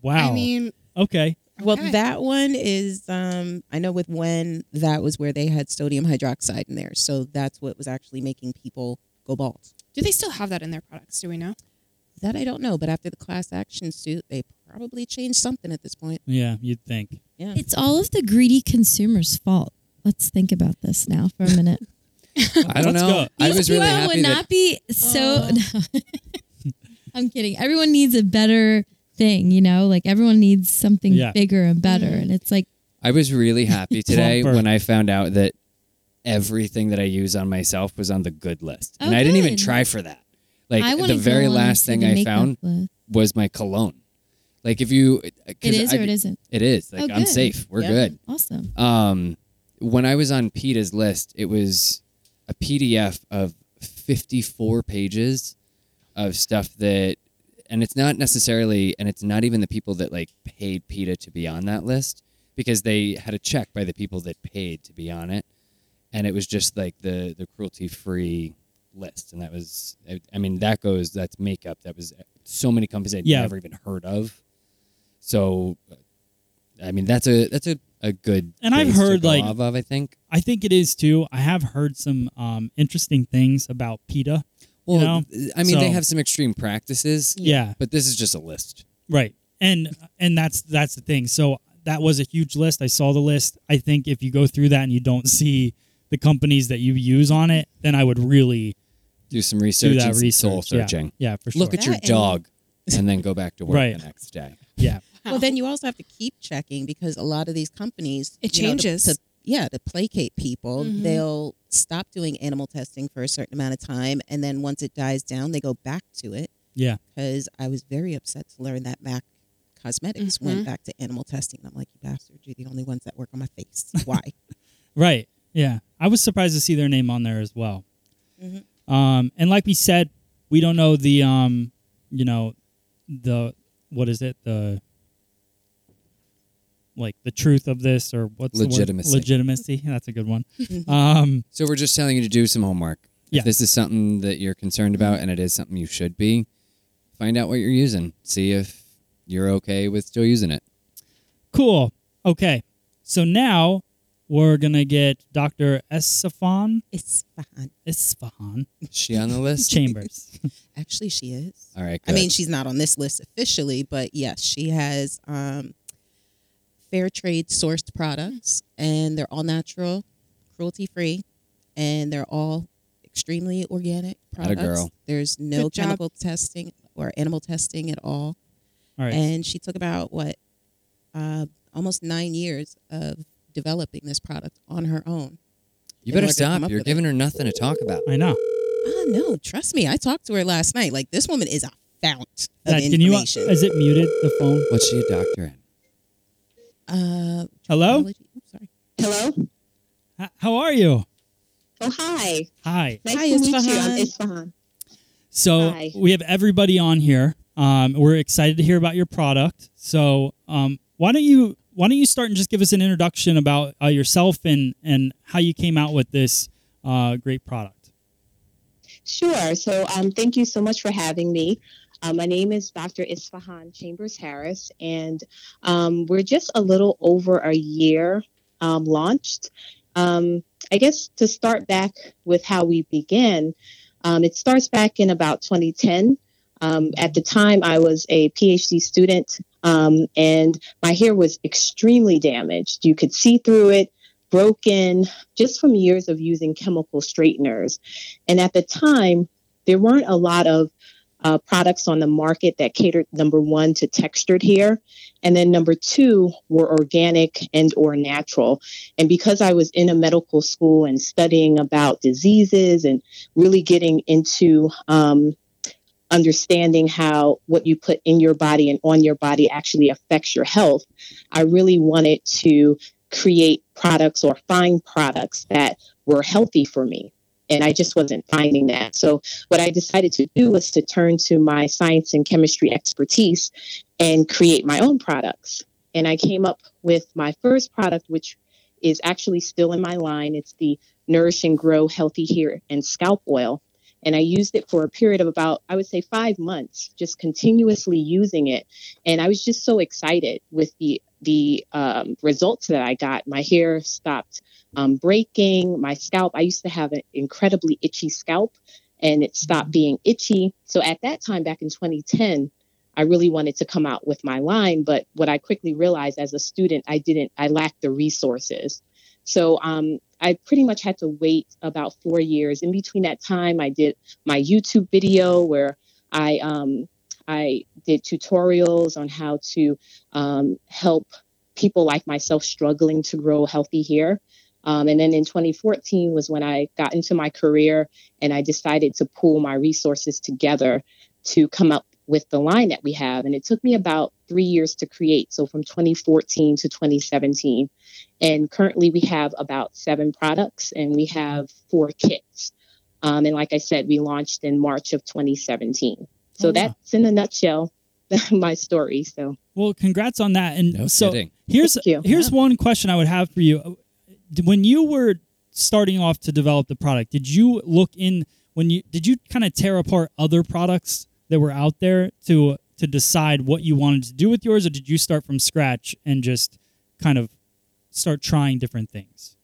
Wow. I mean, okay. Well, Okay. that one is, um, I know with when that was where they had sodium hydroxide in there. So that's what was actually making people go bald. do they still have that in their products? Do we know? That I don't know, but after the class action suit, they probably changed something at this point. Yeah, you'd think. Yeah. It's all of the greedy consumer's fault. Let's think about this now for a minute. I Let's don't know. go. I These was really people happy would that not be so. No. I'm kidding. Everyone needs a better thing, you know. Like everyone needs something Yeah. bigger and better, Mm-hmm. and it's like I was really happy today Plumper. when I found out that everything that I use on myself was on the good list, Oh, and I didn't even good. try for that. Like I want the very last thing I found was my cologne. Like if you, uh, It is or it isn't. It is. Like Oh, I'm good. safe. We're Yeah. good. Awesome. Um, when I was on PETA's list, it was a PDF of 54 pages of stuff that, and it's not necessarily, and it's not even the people that like paid PETA to be on that list because they had a check by the people that paid to be on it. And it was just like the, the cruelty free list. And that was, I, I mean, that goes, that's makeup. That was so many companies I'd Yeah. never even heard of. So, I mean, that's a, that's a, a good And I've base to heard, go like- off of, I think I think it is too. I have heard some um, interesting things about PETA. Well, know? th- I mean, they So- have some extreme practices, Yeah. but this is just a list. Right. And and that's that's the thing. So that was a huge list. I saw the list. I think if you go through that and you don't see the companies that you use on it, then I would really Do some research, do that and some research. soul Yeah. searching. Yeah, for sure. Look at your That and- dog, and then go back to work Right. the next day. yeah. Well, then you also have to keep checking because a lot of these companies It you know, to- changes. to, yeah, to placate people, Mhm. they'll stop doing animal testing for a certain amount of time, and then once it dies down, they go back to it. Yeah. Because I was very upset to learn that Mac Cosmetics went back to animal testing. I'm like, you bastards, you're the only ones that work on my face. Why? Right. Yeah. I was surprised to see their name on there as well. Um, and like we said, we don't know the um, you know, the what is it? The like the truth of this or what's Legitimacy. The word? Legitimacy. That's a good one. Mm-hmm. Um, So we're just telling you to do some homework. Yeah. If this is something that you're concerned about and it is something you should be, find out what you're using. See if you're okay with still using it. cool. Okay. So now we're gonna get Dr. Esfahan It's fine. Esfahan Is she on the list? Chambers. Actually, she is. All right. I mean, good. she's not on this list officially, but yes, she has um, fair trade sourced products, and they're all natural, cruelty free, and they're all extremely organic Atta products. girl. There's no Good job. chemical testing or animal testing at all. All right. and she took about what uh, almost nine years of developing this product on her own. you in better order to come stop. up You're with giving her nothing to talk about. I know. Oh no, trust me, I talked to her last night. Like this woman is a fount of Zach, can you? uh, information. Is it muted? The phone. What's she a doctor in? uh, Hello. apology- I'm sorry. Hello? H- how are you? Oh, hi. Hi. Nice Hi, to meet you. Isfahan. I'm Isfahan. So Hi. we have everybody on here. Um, we're excited to hear about your product. So um, why don't you why don't you start and just give us an introduction about uh, yourself and and how you came out with this uh, great product? Sure. So, um, thank you so much for having me. Uh, my name is Dr. Isfahan Chambers Harris, and um, we're just a little over a year um, launched. Um, I guess to start back with how we began, um, it starts back in about 2010. Um, at the time, I was a PhD student, um, and my hair was extremely damaged. You could see through it, broken, just from years of using chemical straighteners. And at the time, there weren't a lot of uh, products on the market that catered number one to textured hair, and then number two were organic and or natural. And because I was in a medical school and studying about diseases and really getting into um, understanding how what you put in your body and on your body actually affects your health, I really wanted to create products or find products that were healthy for me and I just wasn't finding that. So what I decided to do was to turn to my science and chemistry expertise and create my own products. And I came up with my first product, which is actually still in my line. It's the Nourish and Grow Healthy Hair and Scalp Oil. And I used it for a period of about, I would say, five months, just continuously using it. And I was just so excited with the the um, results that I got. My hair stopped um, breaking my scalp. I used to have an incredibly itchy scalp and it stopped being itchy. So at that time, back in 2010, I really wanted to come out with my line. But what I quickly realized as a student, I didn't, I lacked the resources. So um, I pretty much had to wait about four years. In between that time, I did my YouTube video where I, um, I did tutorials on how to um, help people like myself struggling to grow healthy hair. Um, and then in 2014 was when I got into my career and I decided to pool my resources together to come up with the line that we have. And it took me about three years to create. So from 2014 to 2017. And currently we have about seven products and we have four kits. Um, and like I said, we launched in March of 2017. So Oh, wow. that's in a nutshell my story. So Well, congrats on that. And No so kidding. here's Thank you. here's one question I would have for you. When you were starting off to develop the product, did you look in when you did you kind of tear apart other products that were out there to to decide what you wanted to do with yours, or did you start from scratch and just kind of start trying different things?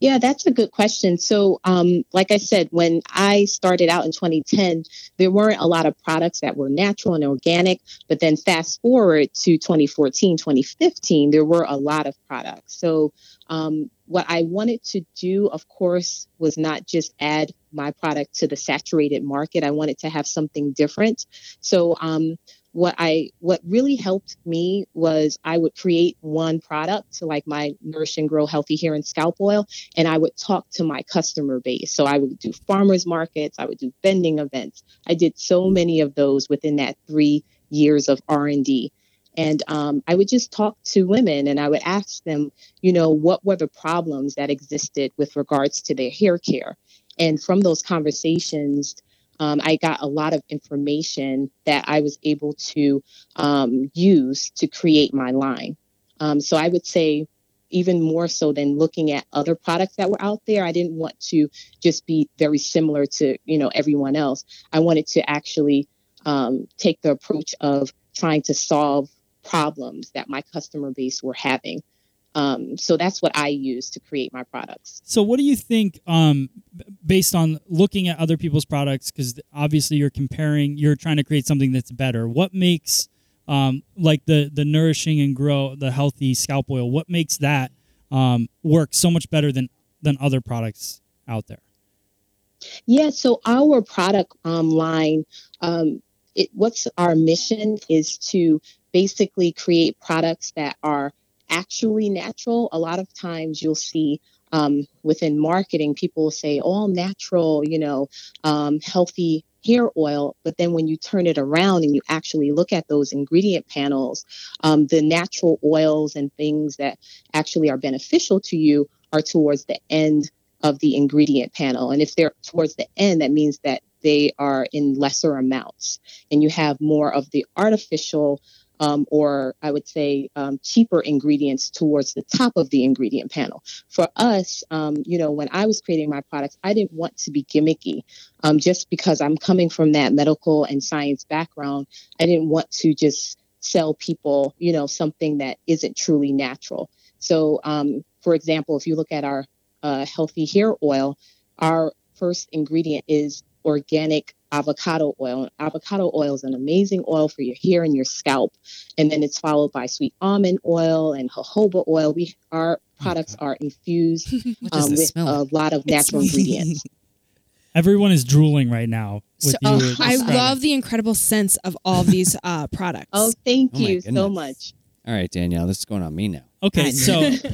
Yeah, that's a good question. So, um, like I said, when I started out in 2010, there weren't a lot of products that were natural and organic. But then fast forward to 2014, 2015, there were a lot of products. So, um, what I wanted to do, of course, was not just add my product to the saturated market. I wanted to have something different. So, um, what I what really helped me was I would create one product, so like my Nourish and Grow Healthy Hair and Scalp Oil, and I would talk to my customer base. So I would do farmers markets, I would do vending events. I did so many of those within that three years of R and D, and um, I would just talk to women and I would ask them, you know, what were the problems that existed with regards to their hair care, and from those conversations. Um, I got a lot of information that I was able to um, use to create my line. Um, so I would say, even more so than looking at other products that were out there, I didn't want to just be very similar to you know everyone else. I wanted to actually um, take the approach of trying to solve problems that my customer base were having. Um, so that's what I use to create my products. So, what do you think, um, b- based on looking at other people's products? Because obviously, you're comparing, you're trying to create something that's better. What makes, um, like the the nourishing and grow the healthy scalp oil? What makes that um, work so much better than than other products out there? Yeah, so our product um, line, um, it, what's our mission is to basically create products that are actually natural. A lot of times you'll see um, within marketing, people will say all natural, you know, um, healthy hair oil. But then when you turn it around and you actually look at those ingredient panels, um, the natural oils and things that actually are beneficial to you are towards the end of the ingredient panel. And if they're towards the end, that means that they are in lesser amounts and you have more of the artificial um, or I would say um, cheaper ingredients towards the top of the ingredient panel. For us, um, you know, when I was creating my products, I didn't want to be gimmicky um, just because I'm coming from that medical and science background. I didn't want to just sell people, you know, something that isn't truly natural. So, um, for example, if you look at our uh, healthy hair oil, our first ingredient is organic avocado oil. And avocado oil is an amazing oil for your hair and your scalp. And then it's followed by sweet almond oil and jojoba oil. We our products are infused What um, does this with smell? a like? lot of natural ingredients. Everyone is drooling right now. With So, you oh, I describing. love the incredible sense of all these uh, products. Oh, thank Oh my you so goodness. much. All right, Danielle, this is going on me now. Okay, so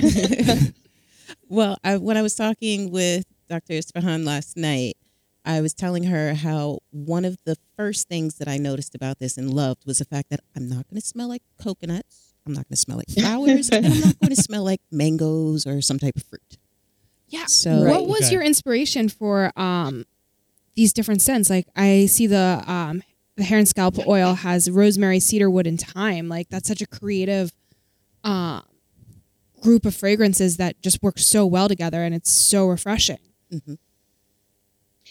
well, I, when I was talking with Dr. Isfahan last night, I was telling her how one of the first things that I noticed about this and loved was the fact that I'm not going to smell like coconuts, I'm not going to smell like flowers, and I'm not going to smell like mangoes or some type of fruit. Yeah. So Right. What was Okay. your inspiration for um, these different scents? Like I see the um, the hair and scalp oil has rosemary, cedarwood, and thyme. Like that's such a creative uh, group of fragrances that just work so well together, and it's so refreshing. Mhm.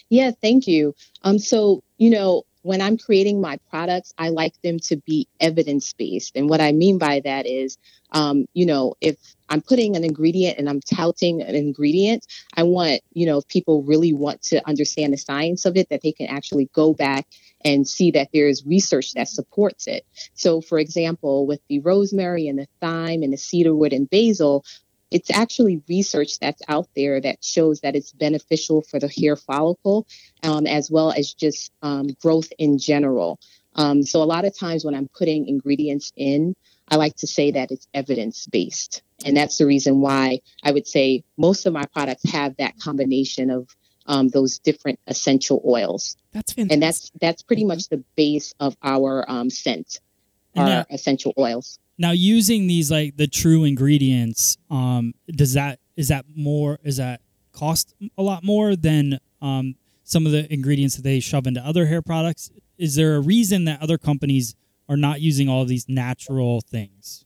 Yeah, thank you. Um, so you know, when I'm creating my products, I like them to be evidence based, and what I mean by that is, um, you know, if I'm putting an ingredient and I'm touting an ingredient, I want you know if people really want to understand the science of it that they can actually go back and see that there is research that supports it. So, for example, with the rosemary and the thyme and the cedarwood and basil, it's actually research that's out there that shows that it's beneficial for the hair follicle um, as well as just um, growth in general. Um, so, a lot of times when I'm putting ingredients in, I like to say that it's evidence based. And that's the reason why I would say most of my products have that combination of um, those different essential oils. That's fantastic. And that's that's pretty much the base of our um, scent, And our now- essential oils. now using these like the true ingredients, um, does that is that more is that cost a lot more than um, some of the ingredients that they shove into other hair products? Is there a reason that other companies are not using all these natural things?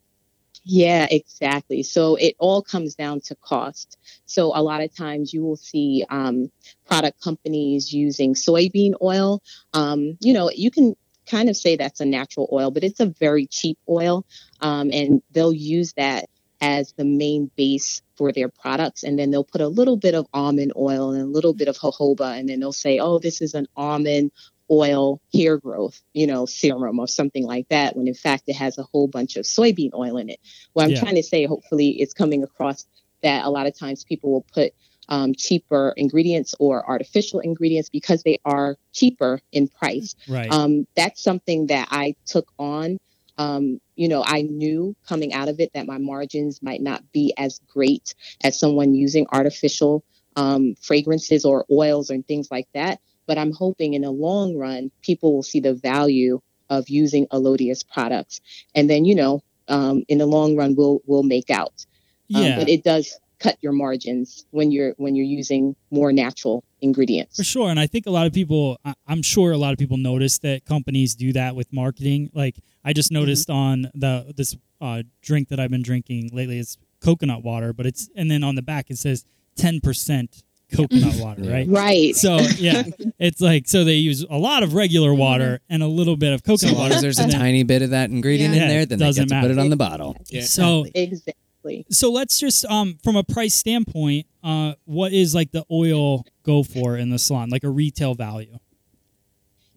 Yeah, exactly. So it all comes down to cost. So a lot of times you will see um, product companies using soybean oil. Um, you know, you can kind of say that's a natural oil, but it's a very cheap oil. Um, and they'll use that as the main base for their products. And then they'll put a little bit of almond oil and a little bit of jojoba. And then they'll say, oh, this is an almond oil hair growth, you know, serum or something like that. When in fact, it has a whole bunch of soybean oil in it. What I'm Yeah. trying to say, hopefully, it's coming across that a lot of times people will put um, cheaper ingredients or artificial ingredients because they are cheaper in price Right. um, that's something that I took on. Um, you know, I knew coming out of it that my margins might not be as great as someone using artificial um, fragrances or oils and things like that. But I'm hoping in the long run, people will see the value of using Elodious products, and then you know, um, in the long run, we'll we'll make out. Um, yeah. but it does cut your margins when you're when you're using more natural ingredients. For sure. And I think a lot of people, I- I'm sure a lot of people notice that companies do that with marketing. Like I just Mm-hmm. noticed on the this uh, drink that I've been drinking lately is coconut water, but it's and then on the back it says 10% coconut water, Yeah. right? Right. So yeah, it's like so they use a lot of regular water Mm-hmm. and a little bit of So coconut long water. as there's a And then- tiny bit of that ingredient Yeah. in Yeah, there, it then they doesn't get to put it matter. on the bottle. Yeah. So exactly. so let's just um from a price standpoint, uh, what is like the oil go for in the salon, like a retail value?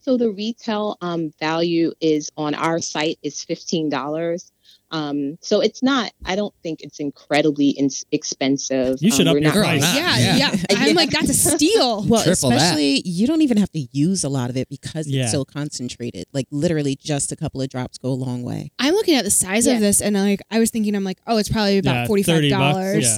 So the retail um, value is on our site is fifteen dollars. Um, so it's not. I don't think it's incredibly in- expensive. You should um, up we're your not Girl, price. nah. Yeah, Yeah. yeah. I'm like, that's a steal. Well, Triple that. especially you don't even have to use a lot of it because Yeah. it's so concentrated. Like literally, just a couple of drops go a long way. I'm looking at the size Yeah. of this, and like, I was thinking, I'm like, oh, it's probably about Yeah, forty-five 30 bucks, dollars. Yeah.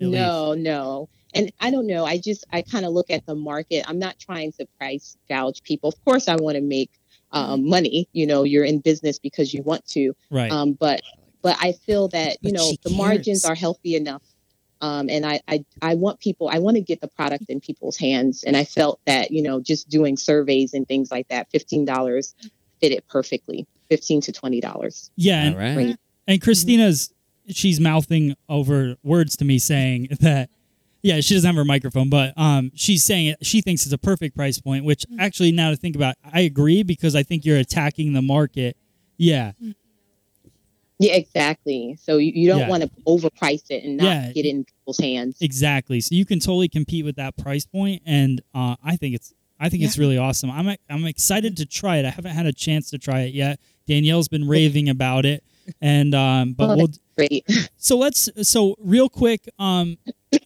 At least. No, no. And I don't know. I just I kind of look at the market. I'm not trying to price gouge people. Of course, I want to make um, money. You know, you're in business because you want to. Right. Um, but but I feel that you But know she the cares. margins are healthy enough. Um, and I, I I want people I want to get the product in people's hands. And I felt that you know just doing surveys and things like that, fifteen dollars fit it perfectly. Fifteen to twenty dollars. yeah. All And, right. and Christina's, she's mouthing over words to me saying that, yeah, she doesn't have her microphone, but um, she's saying it, she thinks it's a perfect price point, which actually, now to think about, I agree because I think you're attacking the market. Yeah. Yeah, exactly. So you, you don't Yeah. want to overprice it and not Yeah. get it in people's hands. Exactly. So you can totally compete with that price point, and uh, I think it's I think it's really awesome. I'm e, I'm excited to try it. I haven't had a chance to try it yet. Danielle's been raving about it, and um, but Oh, we'll Great. so let's so real quick um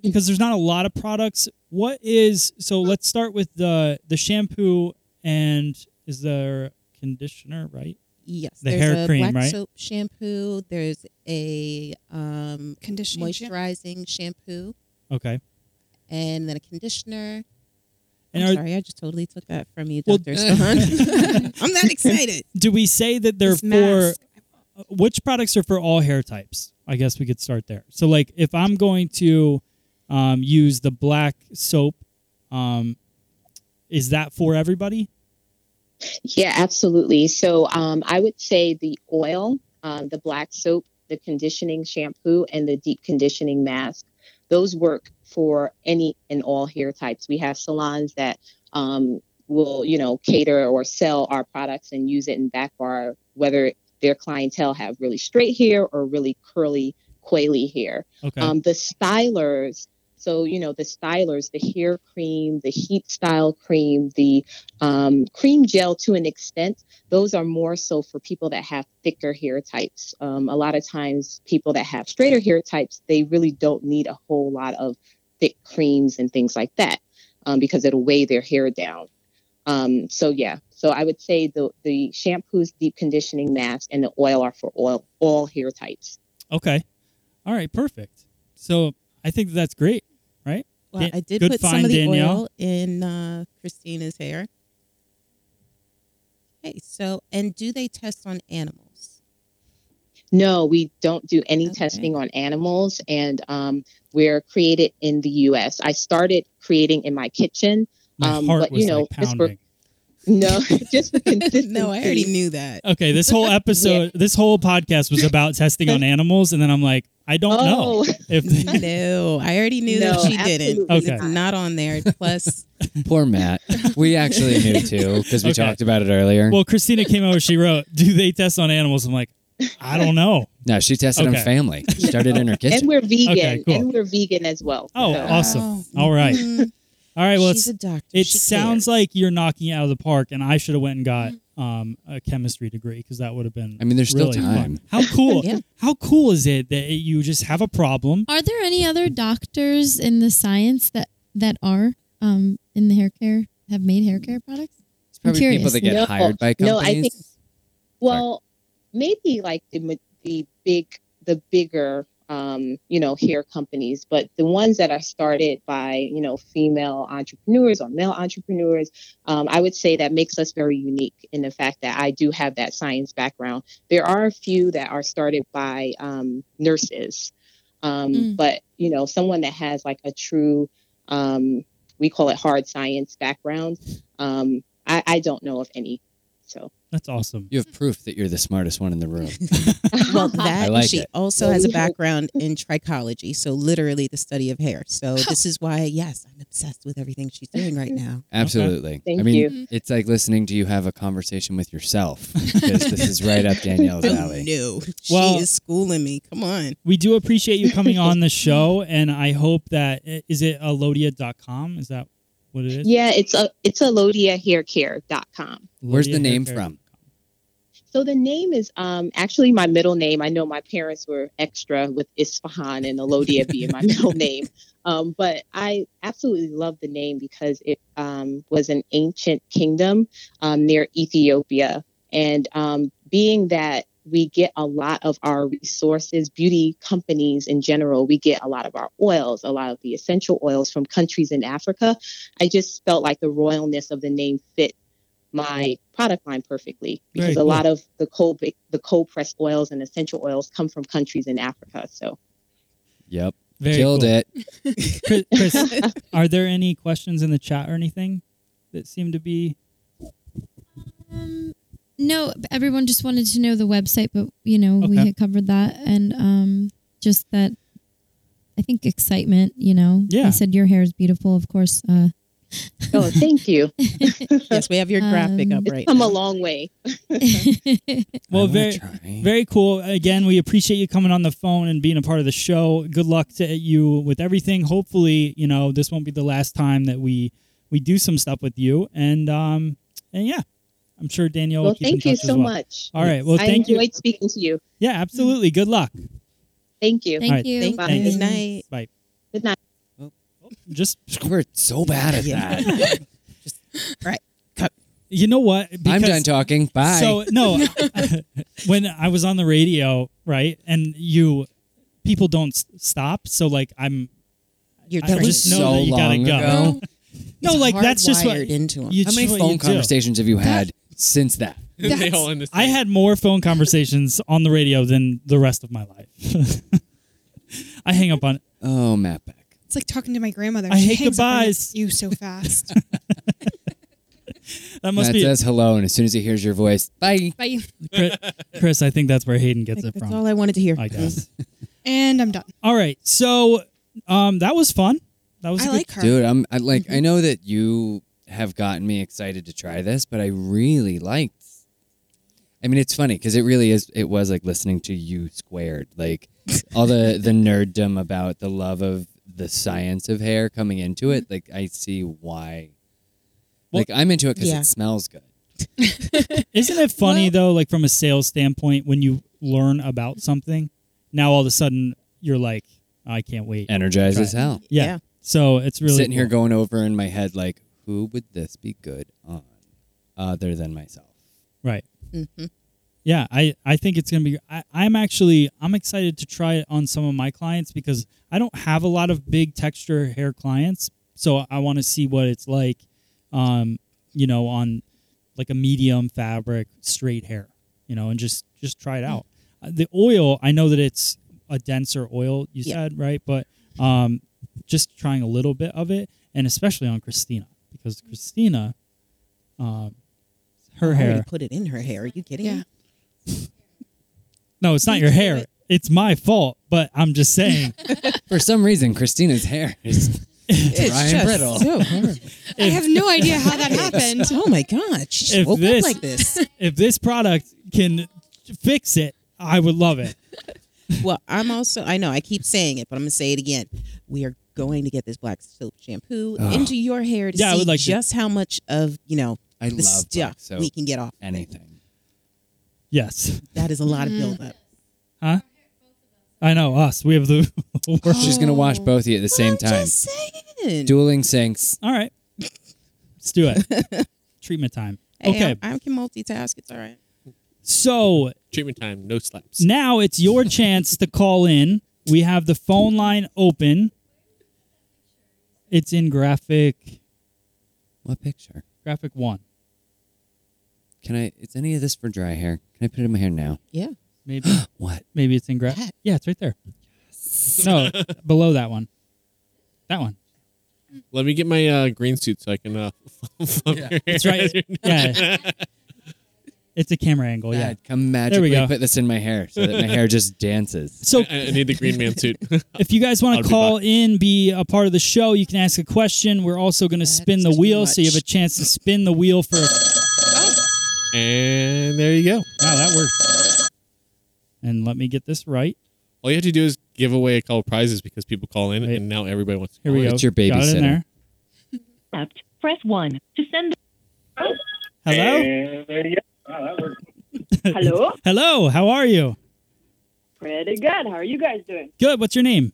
because there's not a lot of products. What is so? Let's start with the the shampoo and is there conditioner right? Yes, The there's hair a cream, black right? soap shampoo. There's a um, Conditioning. shampoo. moisturizing shampoo, Okay. and then a conditioner. And I'm are- sorry, I just totally took that from you, Well- Doctor Stefan. I'm not excited. Do we say that they're This for uh, mask. which products are for all hair types? I guess we could start there. So, like, if I'm going to um, use the black soap, um, is that for everybody? Yeah, absolutely. So um, I would say the oil, um, the black soap, the conditioning shampoo, and the deep conditioning mask. Those work for any and all hair types. We have salons that um, will, you know, cater or sell our products and use it in back bar, whether their clientele have really straight hair or really curly, coily hair. Okay. Um, the stylers, so you know, the stylers, the hair cream, the heat style cream, the um, cream gel to an extent, those are more so for people that have thicker hair types. Um, a lot of times, people that have straighter hair types, they really don't need a whole lot of thick creams and things like that um, because it'll weigh their hair down. Um, so yeah, so I would say the the shampoos, deep conditioning mask, and the oil are for all all hair types. okay. All right. Perfect. So I think that's great. Well, I did Good put find, some of the Danielle. oil in uh, Christina's hair. Okay, so and do they test on animals? No, we don't do any Okay. testing on animals, and um, we're created in the U.S. I started creating in my kitchen. My Um, heart but, you was know, like this pounding. work- No, just for consistency. no, I already knew that. okay. This whole episode, this whole podcast was about testing on animals, and then I'm like, I don't know Oh, if they, no, I already knew No, that she didn't. absolutely Okay. It's not on there. Plus, Poor Matt. We actually knew too because we Okay. talked about it earlier. well, Christina came over. She wrote, "Do they test on animals?" I'm like, I don't know. no, she tested Okay. on family. She started in her and kitchen. we're vegan, Okay, cool. and we're vegan as well. Oh, so. awesome. All right. Mm, All right. Well, it's she's a doctor. It She sounds cares. Mm-hmm. like you're knocking it out of the park, and I should have went and got um, a chemistry degree because that would have been. I mean, there's still really time. Fun. How cool! Yeah. How cool is it that you just have a problem? Are there any other doctors in the science that that are um, in the hair care have made hair care products? It's probably curious. people that get No, hired by companies. no, I think- Well, maybe like the ma- the big the bigger um, you know hair companies, but the ones that are started by you know female entrepreneurs or male entrepreneurs, um, I would say that makes us very unique in the fact that I do have that science background. There are a few that are started by um, nurses, um, Mm. but you know someone that has like a true um, we call it hard science background. Um, I, I don't know of any. So That's awesome. You have proof that you're the smartest one in the room. Well, that like she it. also Well, has a we have- background in trichology, so literally the study of hair. So this is why, yes, I'm obsessed with everything she's doing right now. Absolutely. Thank I mean, you. it's like listening to you have a conversation with yourself because this is right up Danielle's alley. no, she Well- is schooling me. Come on. We do appreciate you coming on the show, and I hope that is it Elodia.com? Is that what it is? yeah, it's a it's elodiahaircare.com. Where's Elodia the name Haircare. from? So the name is um, actually my middle name. I know my parents were extra with Isfahan and Elodia being my middle name. Um, but I absolutely love the name because it um, was an ancient kingdom um, near Ethiopia. And um, being that we get a lot of our resources, beauty companies in general, we get a lot of our oils, a lot of the essential oils from countries in Africa. I just felt like the royalness of the name fit my product line perfectly Very because a cool. lot of the cold ba- the cold pressed oils and essential oils come from countries in Africa. So Yep. Very Killed cool. it. Chris, Chris, are there any questions in the chat or anything that seem to be? Um, no, everyone just wanted to know the website, but you know we Okay. had covered that, and um, just that. I think excitement. You know, Yeah. I said your hair is beautiful. Of course, uh, oh thank you. Yes, we have your graphic Um, up It's right come now. a long way. Well, I wanna very, try. Very cool. Again, we appreciate you coming on the phone and being a part of the show. Good luck to you with everything. Hopefully, you know this won't be the last time that we we do some stuff with you. And um and yeah, I'm sure Danielle. Well will keep in thank you touch as so well. much. All right. Well, I thank you. enjoyed speaking to you. Yeah, absolutely. Good luck. Thank you. thank right, you. Thank Bye. you. Good night. Bye. Good night. Just We're so bad at Yeah. that. you know what? I'm Because- done talking. Bye. So no, when I was on the radio, right, and you people don't s- stop, so like I'm You're I trained. just know So that you gotta long go. ago. no, It's like that's just what hardwired into 'em. you- How it's many what phone you do. conversations have you had since that? they all in the I had more phone conversations on the radio than the rest of my life. I hang up on it. Oh, Matt Beck. It's like talking to my grandmother. I She hate hangs up on goodbyes. You so fast. That must Matt be says hello, and as soon as he hears your voice, bye. Bye. Chris, Chris. I think that's where Hayden gets Like, it that's from. all I wanted to hear. I guess. and I'm done. all right. So, um, that was fun. That was a I good- like her. Mm-hmm. Dude, I'm I, like, I know that you have gotten me excited to try this, but I really liked. I mean, it's funny because it really is. It was like listening to you squared, like all the the nerddom about the love of the science of hair coming into it. Mm-hmm. Like, I see why. Well- Like, I'm into it because Yeah. it smells good. Isn't it funny though, like from a sales standpoint, when you learn about something, now all of a sudden you're like, I can't wait. Energized Try as it. hell. Yeah. Yeah. So it's really sitting here cool. going over in my head like who would this be good on other than myself right. Mhm. Yeah, I, I think it's gonna be. I, I'm actually I'm excited to try it on some of my clients because I don't have a lot of big texture hair clients, so I want to see what it's like, um, you know, on like a medium fabric straight hair, you know, and just just try Mm. it out. Uh, The oil, I know that it's a denser oil, you Yeah. said right, but um, just trying a little bit of it, and especially on Christina because Christina, um, her Oh, I hair. already put it in her hair. Are you kidding Yeah. me? No, it's not your hair. It's my fault, but I'm just saying. for some reason christina's hair is dry and brittle so hard. I have no idea how that happened. oh my god, she just If woke this- up like this. if this product can fix it, I would love it. Well, I'm also I know I keep saying it, but I'm gonna say it again. We are going to get this black soap shampoo Ugh. into your hair to Yeah, I see would like to- just how much of you know i the love stuff black soap we can get off. anything Yes. That is a lot Mm-hmm. of buildup. Huh? I know us. We have the worst. she's gonna wash both of you at the same time Oh, Just saying. dueling sinks All right. Let's do it. Treatment time. Hey, okay. I, I can multitask. It's all right. So treatment time, no slaps. now it's your chance to call in. We have the phone line open. It's in graphic what picture graphic 1. can i is any of this for dry hair can i put it in my hair now Yeah. Maybe what Maybe it's in graph. That. Yeah, it's right there. No, below that one. That one. Let me get my uh, green suit so I can. Uh, yeah, That's right. Yeah. It's a camera angle, yeah. God, come magically go. put this in my hair so that my hair just dances. So I, I need the green man suit. if you guys want I'll to be call in, be a part of the show, you can ask a question. We're also going to spin is the too wheel, so you have a much. chance to spin the wheel for. and there you go. Wow, that worked. And let me get this right. All you have to do is give away a couple prizes because people call in, Right. and now everybody wants. to Here we call go. in. Oh, It's your Got it babysitter. in there. Left. Press one to send. Hello, Hello. hello. How are you? Pretty good. How are you guys doing? Good. What's your name?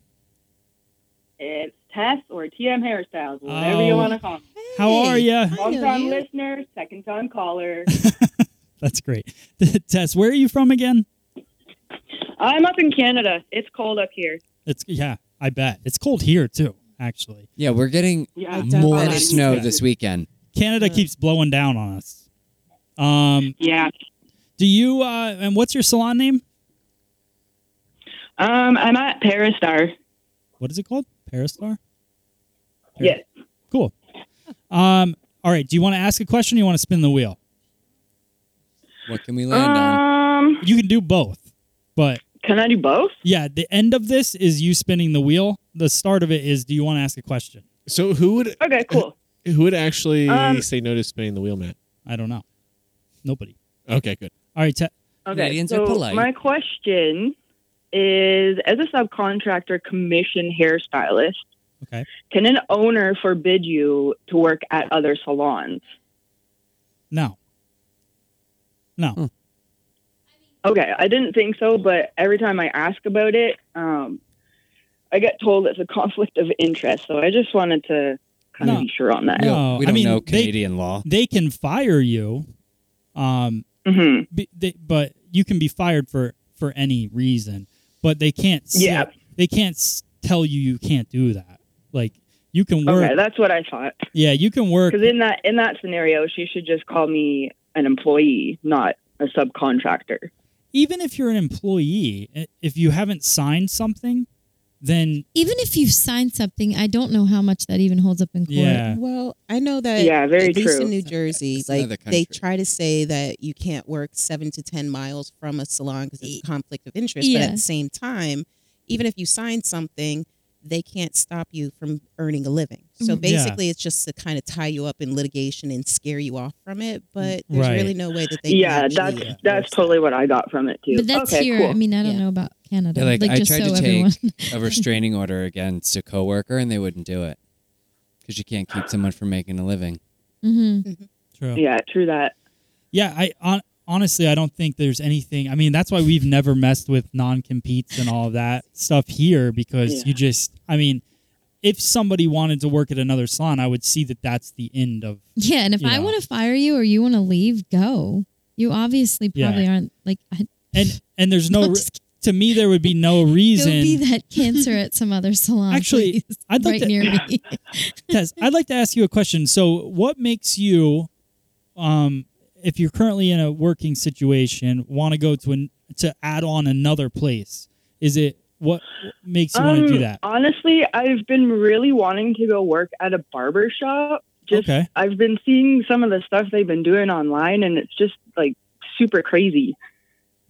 It's Tess or TM Hairstyles, whatever Oh. you want to call me. How Hey. are you? I Long know time you. listener, second time caller. That's great. Tess, where are you from again? I'm up in Canada. It's cold up here. It's yeah, I bet it's cold here too. Actually, Yeah, we're getting Yeah. more definitely- snow this weekend. Canada keeps blowing down on us. Um, Hmm. Yeah. do you? Uh, and what's your salon name? Um, I'm at Paristar. What is it called? Parastar. Yes. Cool. Um, all right. Do you want to ask a question? or You want to spin the wheel? What can we land Uh, on? Um, You can do both, but can I do both? yeah, the end of this is you spinning the wheel. The start of it is, do you want to ask a question? So who would Okay, cool. who would actually Um, say no to spinning the wheel, Matt? I don't know. Nobody. Okay, good. All right. Te- Okay. Canadians so are polite. My question is as a subcontractor commission hairstylist, okay. can an owner forbid you to work at other salons? No. No. Hmm. Okay, I didn't think so, but every time I ask about it, um, I get told it's a conflict of interest. So I just wanted to kind No. of be sure on that. We don't- No, we I don't mean, know they- Canadian law. They can fire you. Um, hmm be, they, but you can be fired for for any reason but they can't s- Yeah. they can't s- tell you you can't do that like you can work Okay, that's what I thought. yeah you can work Because in that in that scenario, she should just call me an employee, not a subcontractor. even if you're an employee i- if you haven't signed something then Even if you've signed something, I don't know how much that even holds up in court. yeah Well, I know that. Yeah, very at least true. in New Jersey, It's another like they country. try to say that you can't work seven to ten miles from a salon because it's a conflict of interest. But Yeah. at the same time, even if you sign something, they can't stop you from earning a living. So Mhm. Yeah. basically, it's just to kind of tie you up in litigation and scare you off from it. Mm, But there's Right. really no way that they. yeah, can that's actually- that's totally what I got from it too. But that's okay, here. cool. I mean, I don't Yeah. know about Canada. Yeah, like, I just tried so to everyone. take a restraining order against a coworker, and they wouldn't do it because you can't keep someone from making a living. hmm true yeah, yeah, true that. i on, honestly i don't think there's anything i mean that's why we've never messed with non-competes and all of that stuff here because Yeah. you just i mean if somebody wanted to work at another salon i would see that that's the end of Yeah, and if Yeah. I want to fire you or you want to leave, go. You obviously Yeah. probably aren't like. I, and and there's no I'm re- just kidding. to me there would be no reason Go be that cancer at some other salon. Actually, please, I'd like right to- near me. Tess, I'd like to ask you a question. So, what makes you, um, if you're currently in a working situation, want to go to an, to add on another place? Is it what makes you want to do Um, that? Honestly, I've been really wanting to go work at a barber shop. Just Okay. I've been seeing some of the stuff they've been doing online, and it's just like super crazy.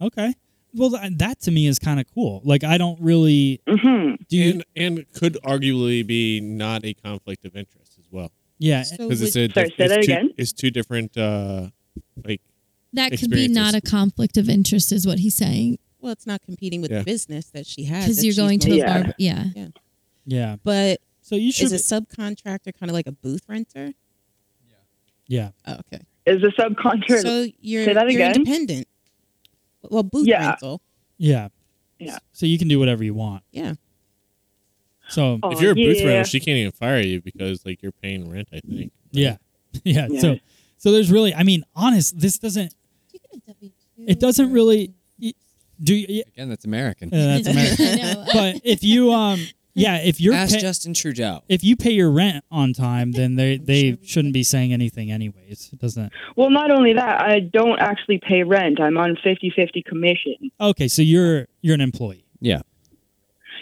Okay. Well, th- that to me is kind of cool. Like, I don't really hmm do. You, and and could arguably be not a conflict of interest as well yeah. So because it's would- a Sorry, diff- say it's that two, again? It's two different uh, like that could be not Experiences. a conflict of interest, is what he's saying, well, it's not competing with Yeah. the business that she has because that you're she's going to moving. a Yeah. barber. Yeah, Yeah. But So you should. is a subcontractor kind of like a booth renter? yeah. Oh, okay. Is a subcontractor? So you're Say that you're again? independent. Well, booth Yeah. rental. Yeah. Yeah. So you can do whatever you want. Yeah. So Oh, if you're a booth yeah. rental, she can't even fire you because like you're paying rent. I think. yeah. yeah. Yeah. So so there's really. I mean, honest. This doesn't. It doesn't really. y- Do you? Again, that's American. Uh, that's American. I know. but if you um yeah if you're Ask pay- Justin Trudeau. if you pay your rent on time then they they shouldn't be saying anything anyways it doesn't Well, not only that, I don't actually pay rent. I'm on 50-50 commission. okay so you're you're an employee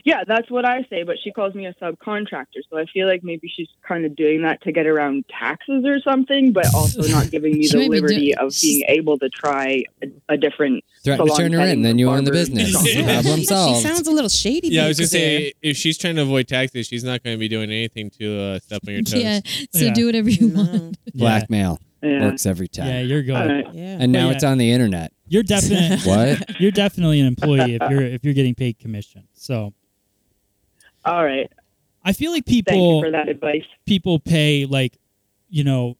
Yeah, that's what I say, but she calls me a subcontractor. So I feel like maybe she's kind of doing that to get around taxes or something, but also not giving me She the might be liberty doing- of being able to try a, a different Threaten to salon turn her setting in, then you or own the barber business. shop. Problem She solved. sounds a little shady. Yeah, I was gonna because say if she's trying to avoid taxes, she's not going to be doing anything to uh, step on your toes. Yeah. So do whatever you Mm-hmm. want. Blackmail Yeah. works every time. Yeah, you're good. All right. Yeah. And now But it's on the internet. You're definite. What? You're definitely an employee if you're if you're getting paid commission. So All right. I feel like Thank you people for that advice. people pay like you know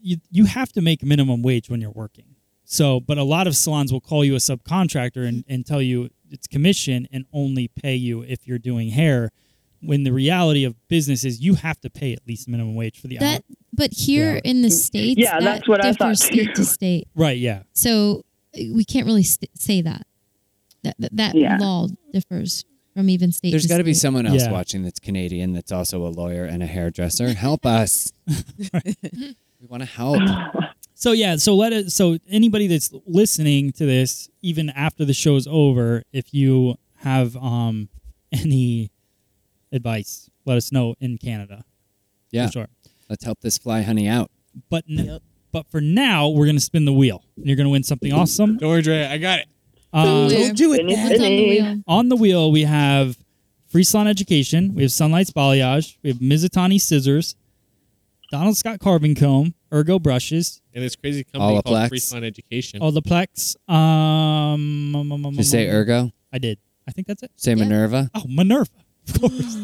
you you have to make minimum wage when you're working. So, but a lot of salons will call you a subcontractor and, and tell you it's commission and only pay you if you're doing hair. When the reality of business is you have to pay at least minimum wage for the hour. That, but here in the states, Yeah, that that's what I differs thought state to too. state. Right, yeah. So uh, we can't really st- say that. That that, that Yeah. law differs from even state. There's to got to be state. someone else Yeah. watching that's Canadian that's also a lawyer and a hairdresser. Help us. we want to help. So yeah, so let it. So anybody that's listening to this, even after the show's over, if you have um any advice, let us know in Canada. Yeah. for sure. Let's help this fly honey out. But n- but for now, we're gonna spin the wheel. And you're gonna win something awesome. Don't worry, Dre. I got it. Um, Don't do it. Finish Dad. What's on the wheel? on the wheel, we have Free Salon Education, we have Sunlight's Balayage, we have Mizutani Scissors, Donald Scott Carving Comb, Ergo Brushes, And this crazy company All called Plex. Free Fun Education. Olaplex. Oh, Um, um, um, um, Did you say um, ergo? I did. I think that's it. Say Yeah. Minerva? Oh, Minerva, of course.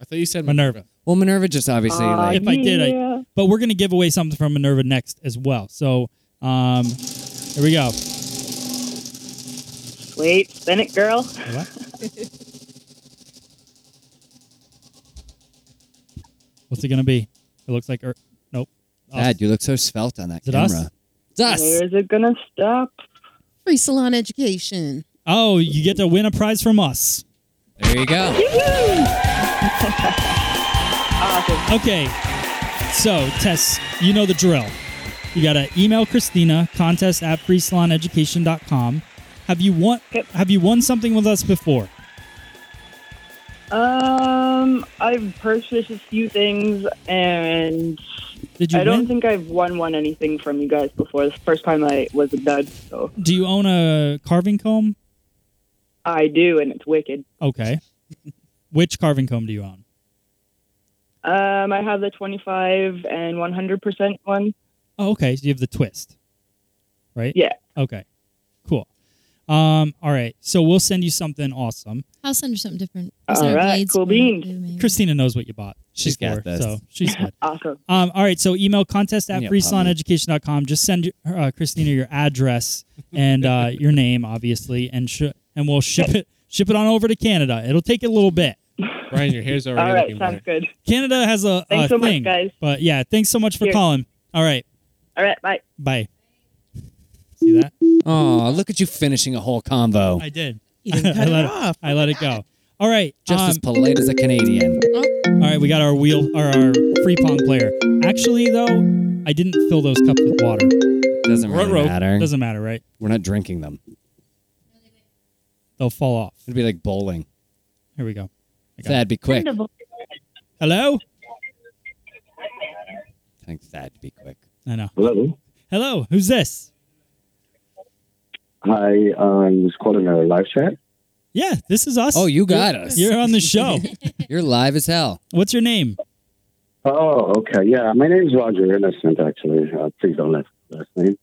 I thought you said Minerva. Well, Minerva just obviously like if I did, I- Yeah. But we're going to give away something from Minerva next as well. So um, here we go. Wait, spin it, girl. What's it going to be? It looks like, er, nope. Oh, Dad, you look so svelte on that Is it us? camera. It's us. Where's it gonna stop? Free salon education. oh, you get to win a prize from us. There you go. Awesome. Okay. So, Tess, you know the drill. You got to email Christina, contest at freesaloneducation.com. Have you won? Yep. Have you won something with us before? Um, I've purchased a few things, and Did you I don't win? think I've won one anything from you guys before. The first time I was a dud, so Do you own a carving comb? I do, and it's wicked. Okay. Which carving comb do you own? Um, I have the 25 and 100% one. Oh, okay. So you have the twist, right? Yeah. Okay. Cool. Um, all right. So we'll send you something awesome. House under something different. All Some right, blades cool for it, beans. too, maybe. Christina knows what you bought. She's got before, this. So she's good. Awesome. Um, all right. So email contest at Yeah, freesaloneducation.com. Just send uh, Christina your address and uh, your name, obviously, and sh- and we'll ship it ship it on over to Canada. It'll take a little bit. Brian, your hair's already All right, looking sounds better. good. Canada has a, Thanks a so much, thing, guys. But yeah, thanks so much for Here. calling. Um, All right. All right, bye. Bye. See that? Oh, look at you finishing a whole convo. I did. You didn't I cut let it it- off. I let it go. All right. Just um, as polite as a Canadian. All right, we got our wheel or our free pong player. Actually, though, I didn't fill those cups with water. Doesn't really Ruh-roh. matter. Doesn't matter, right? We're not drinking them. They'll fall off. It'd be like bowling. Here we go. I got it. Thad, be quick. Hello. I think Thad, be quick. I know. Hello. Hello. Who's this? Hi, I'm just calling a live chat. Yeah, this is us. Oh, you got us. You're on the show. You're live as hell. What's your name? Oh, okay. Yeah, my name's Roger Innocent, actually. Uh, please don't let last name.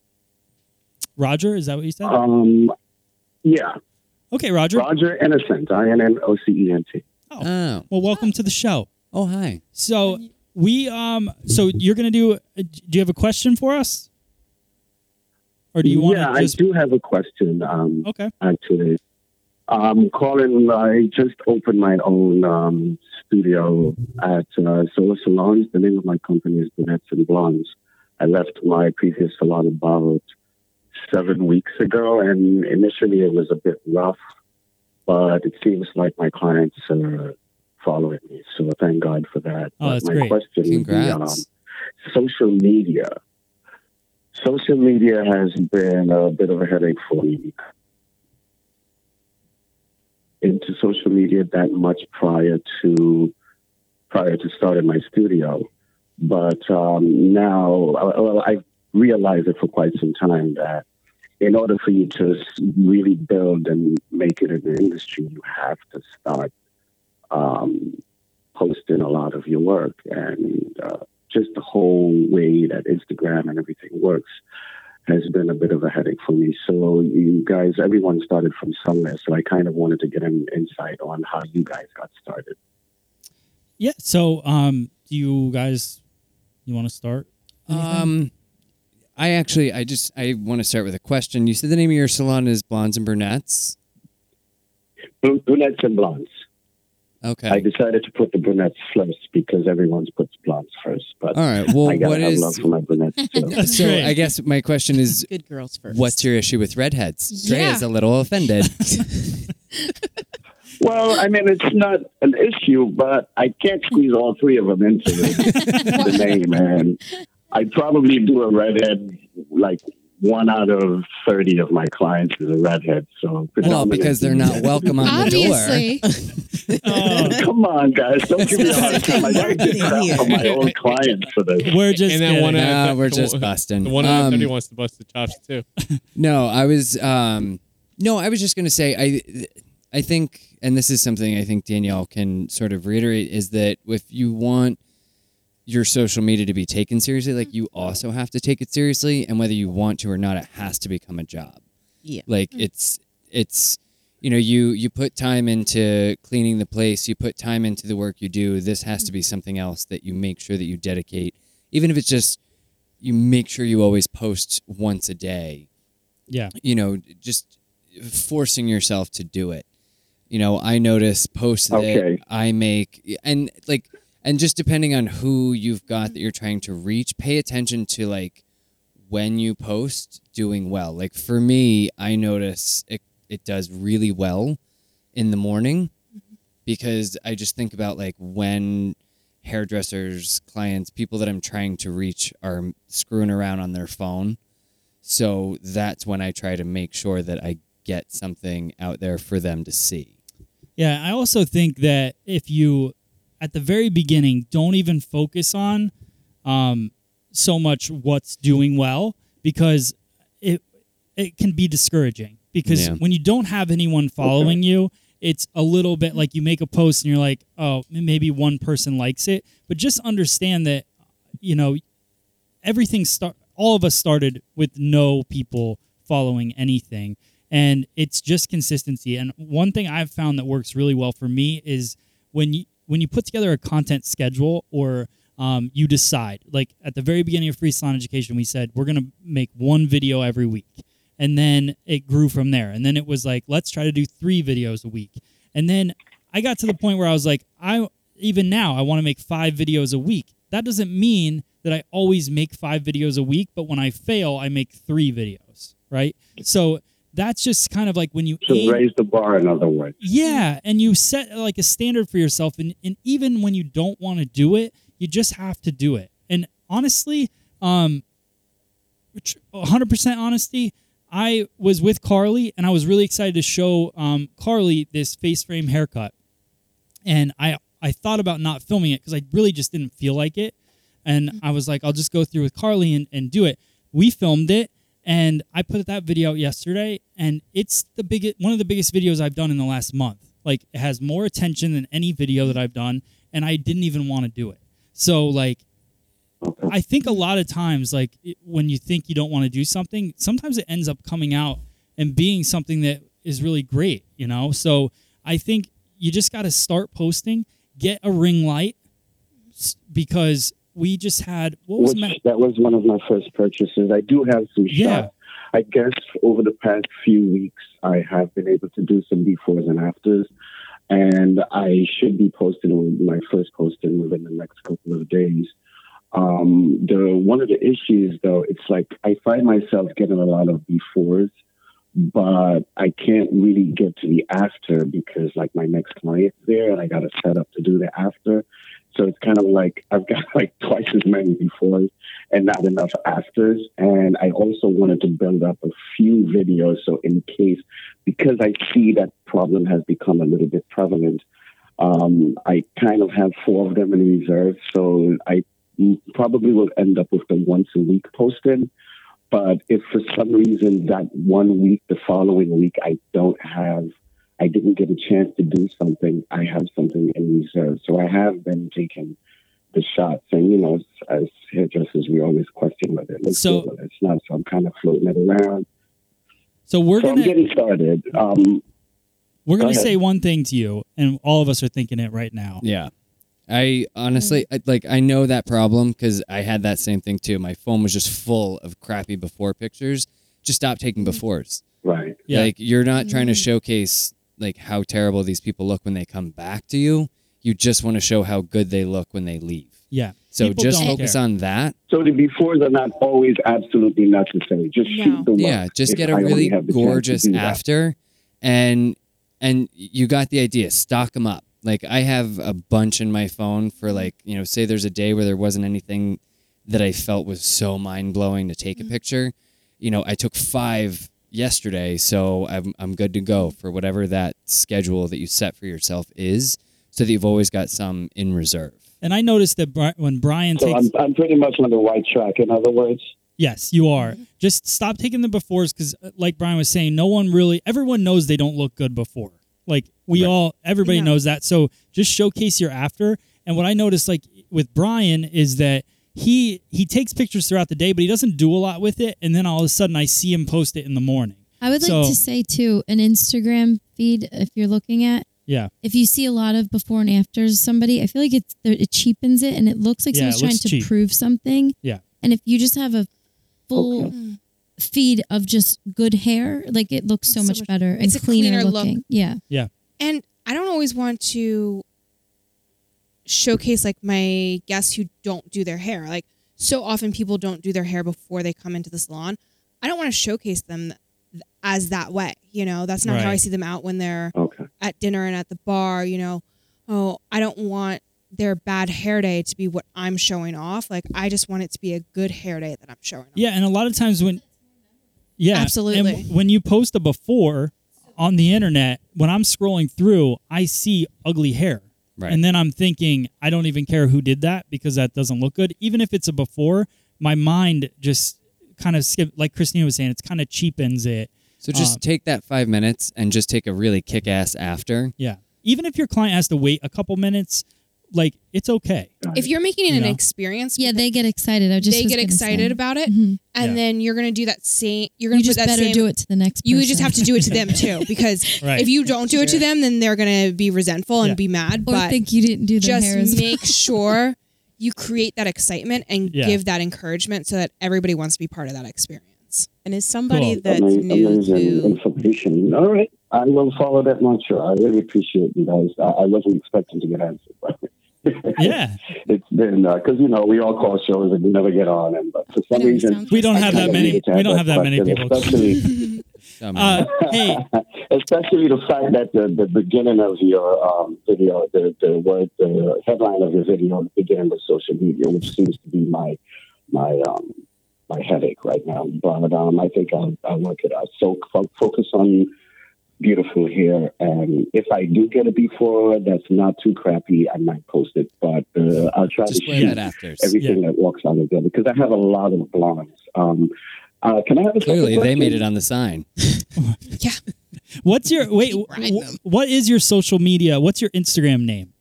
Roger. Is that what you said? Um, yeah, Okay, Roger. Roger Innocent. I N N O C E N T. Oh. Oh. Well, welcome to the show. Oh, hi. So we um. So you're gonna do? uh, Do you have a question for us? Or do you want Yeah, to just? I do have a question, um, Okay. actually. Um, Colin, I just opened my own um, studio at uh, Solar Salons. The name of my company is Brunettes and Blondes. I left my previous salon about seven weeks ago, and initially it was a bit rough, but it seems like my clients are following me. So thank God for that. Oh, that's but my great. question would be um, Congrats. social media. Social media has been a bit of a headache for me. In into social media that much prior to prior to starting my studio, but um, now well, I realized it for quite some time that in order for you to s- really build and make it in the industry, you have to start um, posting a lot of your work and uh, just the whole way that Instagram and everything works has been a bit of a headache for me. So you guys, everyone started from somewhere, so I kind of wanted to get an insight on how you guys got started. Yeah. So, um, do you guys you want to start? Um, I actually, I just, I want to start with a question. You said the name of your salon is Blondes and Brunettes. Br- Brunettes and blondes. Okay. I decided to put the brunettes first because everyone's puts blondes first. But All right, well, I gotta what have is- love for my brunettes too. so I guess my question is, Good girls first. what's your issue with redheads? Dre Yeah. is a little offended. Well, I mean, it's not an issue, but I can't squeeze all three of them into the, the name. And I probably do a redhead, like one out of 30 of my clients is a redhead. So well, because they're not welcome on the door. Obviously. Oh, Come on, guys. Don't give me a hard time. I gotta get crap from my own clients for this. We're just and that one kidding. out of Nah, we're the just one- busting. The one out of Um, thirty wants to bust the chops too. No, I was um no, I was just going to say I I think and this is something I think Danielle can sort of reiterate is that if you want your social media to be taken seriously, like you also have to take it seriously and whether you want to or not it has to become a job. Yeah. Like it's it's you know, you you put time into cleaning the place, you put time into the work you do. This has to be something else that you make sure that you dedicate even if it's just you make sure you always post once a day Yeah. you know, just forcing yourself to do it. You know, I notice posts that Okay. I make and like and just depending on who you've got that you're trying to reach, pay attention to like when you post doing well. Like for me, I notice it it does really well in the morning because I just think about like when hairdressers, clients, people that I'm trying to reach are screwing around on their phone. So that's when I try to make sure that I get something out there for them to see. Yeah, I also think that if you, at the very beginning, don't even focus on um, so much what's doing well because it it can be discouraging because Yeah. when you don't have anyone following you, it's a little bit like you make a post and you're like, oh, m- maybe one person likes it, but just understand that you know everything start all of us started with no people following anything and it's just consistency and one thing i've found that works really well for me is when you when you put together a content schedule or um, you decide like at the very beginning of free salon education we said we're going to make one video every week and then it grew from there and then it was like let's try to do three videos a week and then i got to the point where i was like i even now i want to make five videos a week that doesn't mean that i always make five videos a week but when i fail i make three videos right so that's just kind of like when you So aim- raise the bar, in other words. yeah, and you set like a standard for yourself, and, and even when you don't want to do it, you just have to do it. And honestly, um, tr- 100% honesty, I was with Carly, and I was really excited to show um, Carly this face frame haircut, and I I thought about not filming it because I really just didn't feel like it, and I was like, I'll just go through with Carly and, and do it. We filmed it, and I put that video out yesterday, and it's the biggest one of the biggest videos I've done in the last month. Like it has more attention than any video that I've done, and I didn't even want to do it. So like I think a lot of times, like it, when you think you don't want to do something, sometimes it ends up coming out and being something that is really great, you know? So I think you just got to start posting, get a ring light s- because we just had, what was Which, Matt? that was one of my first purchases. I do have some Yeah. shots. I guess over the past few weeks, I have been able to do some befores and afters, and I should be posting my first posting within the next couple of days. Um, the one of the issues though, it's like I find myself getting a lot of befores, but I can't really get to the after because like my next client's there and I got to set up to do the after. So it's kind of like I've got like twice as many befores and not enough afters. And I also wanted to build up a few videos so, in case, because I see that problem has become a little bit prevalent, um, I kind of have four of them in reserve. So I probably will end up with the once a week posted. But if for some reason that one week, the following week, I don't have, I didn't get a chance to do something, I have something in reserve. So I have been taking the shots. And, you know, as hairdressers, we always question whether it looks So- good or it's not. So I'm kind of floating it around. So we're so gonna- I'm getting started. Um, We're Go going to ahead. say one thing to you, and all of us are thinking it right now. Yeah. I honestly, I, like, I know that problem because I had that same thing too. My phone was just full of crappy before pictures. Just stop taking befores. Right. Yeah. Like, you're not trying to showcase, like, how terrible these people look when they come back to you. You just want to show how good they look when they leave. Yeah. So People just don't focus care. on that. So the befores are not always absolutely necessary. Just shoot the look. Yeah, just if get a I only really have the chance to gorgeous do that. after, and and you got the idea. Stock them up. Like I have a bunch in my phone for like you know, say there's a day where there wasn't anything that I felt was so mind blowing to take a picture. You know, I took five yesterday, so I'm I'm good to go for whatever that schedule that you set for yourself is, so that you've always got some in reserve. And I noticed that Bri- when Brian So takes. I'm, I'm pretty much on the right track. In other words, yes, you are. Mm-hmm. Just stop taking the befores because, like Brian was saying, no one really, everyone knows they don't look good before. Like, we all, everybody knows that. So just showcase your after. And what I noticed, like, with Brian is that. He he takes pictures throughout the day, but he doesn't do a lot with it. And then all of a sudden, I see him post it in the morning. I would like So- to say too, an Instagram feed if you're looking at Yeah, if you see a lot of before and afters somebody, I feel like it's there- it cheapens it and it looks like Yeah, someone's it trying looks to cheap. prove something. yeah. And if you just have a full feed of just good hair, like it looks so, much, better it's a and cleaner, cleaner look. looking. Yeah. Yeah. And I don't always want to showcase like my guests who don't do their hair. Like so often people don't do their hair before they come into the salon. I don't want to showcase them th- as that way. You know, that's not how I Right. see them out when they're at dinner and at the bar, you know. Oh, I don't want their bad hair day to be what I'm showing off. Like I just want it to be a good hair day that I'm showing. Yeah, and a lot of times when yeah, Absolutely. And when you post a before on the internet, when I'm scrolling through, I see ugly hair. Right. And then I'm thinking, I don't even care who did that because that doesn't look good. Even if it's a before, my mind just kind of skip like Christina was saying, it's kind of cheapens it. So just Um, take that five minutes and just take a really kick ass after. yeah. Even if your client has to wait a couple minutes, like it's okay. If you're making it You an know? experience, Yeah, they get excited. I just they was get gonna excited say. Mm-hmm. about it, and Yeah. then you're gonna do that same. You're You gonna put just that better same- do it to the next You just person. have to do it to them too, because Right. if you don't do it to Sure. them, then they're gonna be resentful and Yeah. be mad. Or but think you didn't do their just hair as well. make sure you create that excitement and Yeah. give that encouragement so that everybody wants to be part of that experience. And is somebody that's Ama- new amazing to information. All right, I will follow that mantra. I really appreciate you guys. I, I wasn't expecting to get answered, but yeah, it's been because you know we all call shows and we never get on, and but for some reason We don't have I that kinda many- needed to we have don't have that many question, people. Especially, Uh, hey, especially the fact that the, the beginning of your um, video, the the word, the headline of your video, the beginning with social media, which seems to be my my um, my headache right now. But um, I think I'll, I'll work it out. So fo- focus on beautiful hair, and if I do get a before that's not too crappy, I might post it. But uh, I'll try Just to wear shoot that afters. everything that walks out of there because I have a lot of blondes. Um, uh, can I have a second Clearly, they question? made it on the sign. what's your wait? wh- what is your social media? What's your Instagram name?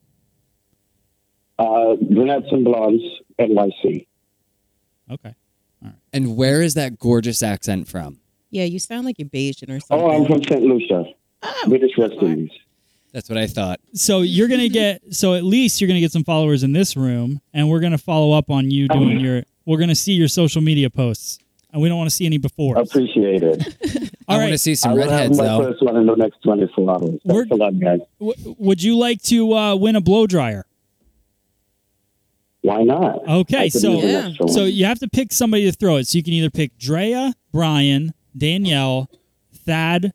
Uh, brunettes and blondes, NYC. Okay. And where is that gorgeous accent from? Yeah, you sound like you're Bayesian or something. Oh, I'm from St. Lucia, British West Indies. That's what I thought. So you're gonna get so at least you're gonna get some followers in this room, and we're gonna follow up on you doing your. We're gonna see your social media posts, and we don't want to see any before. Appreciate it. I want to see I will have my first one in the next 24 hours. Thanks a lot, guys. W- would you like to uh, win a blow dryer? Why not? I Okay, could so use an extra one. so you have to pick somebody to throw it. So you can either pick Drea, Brian, Danielle, Thad,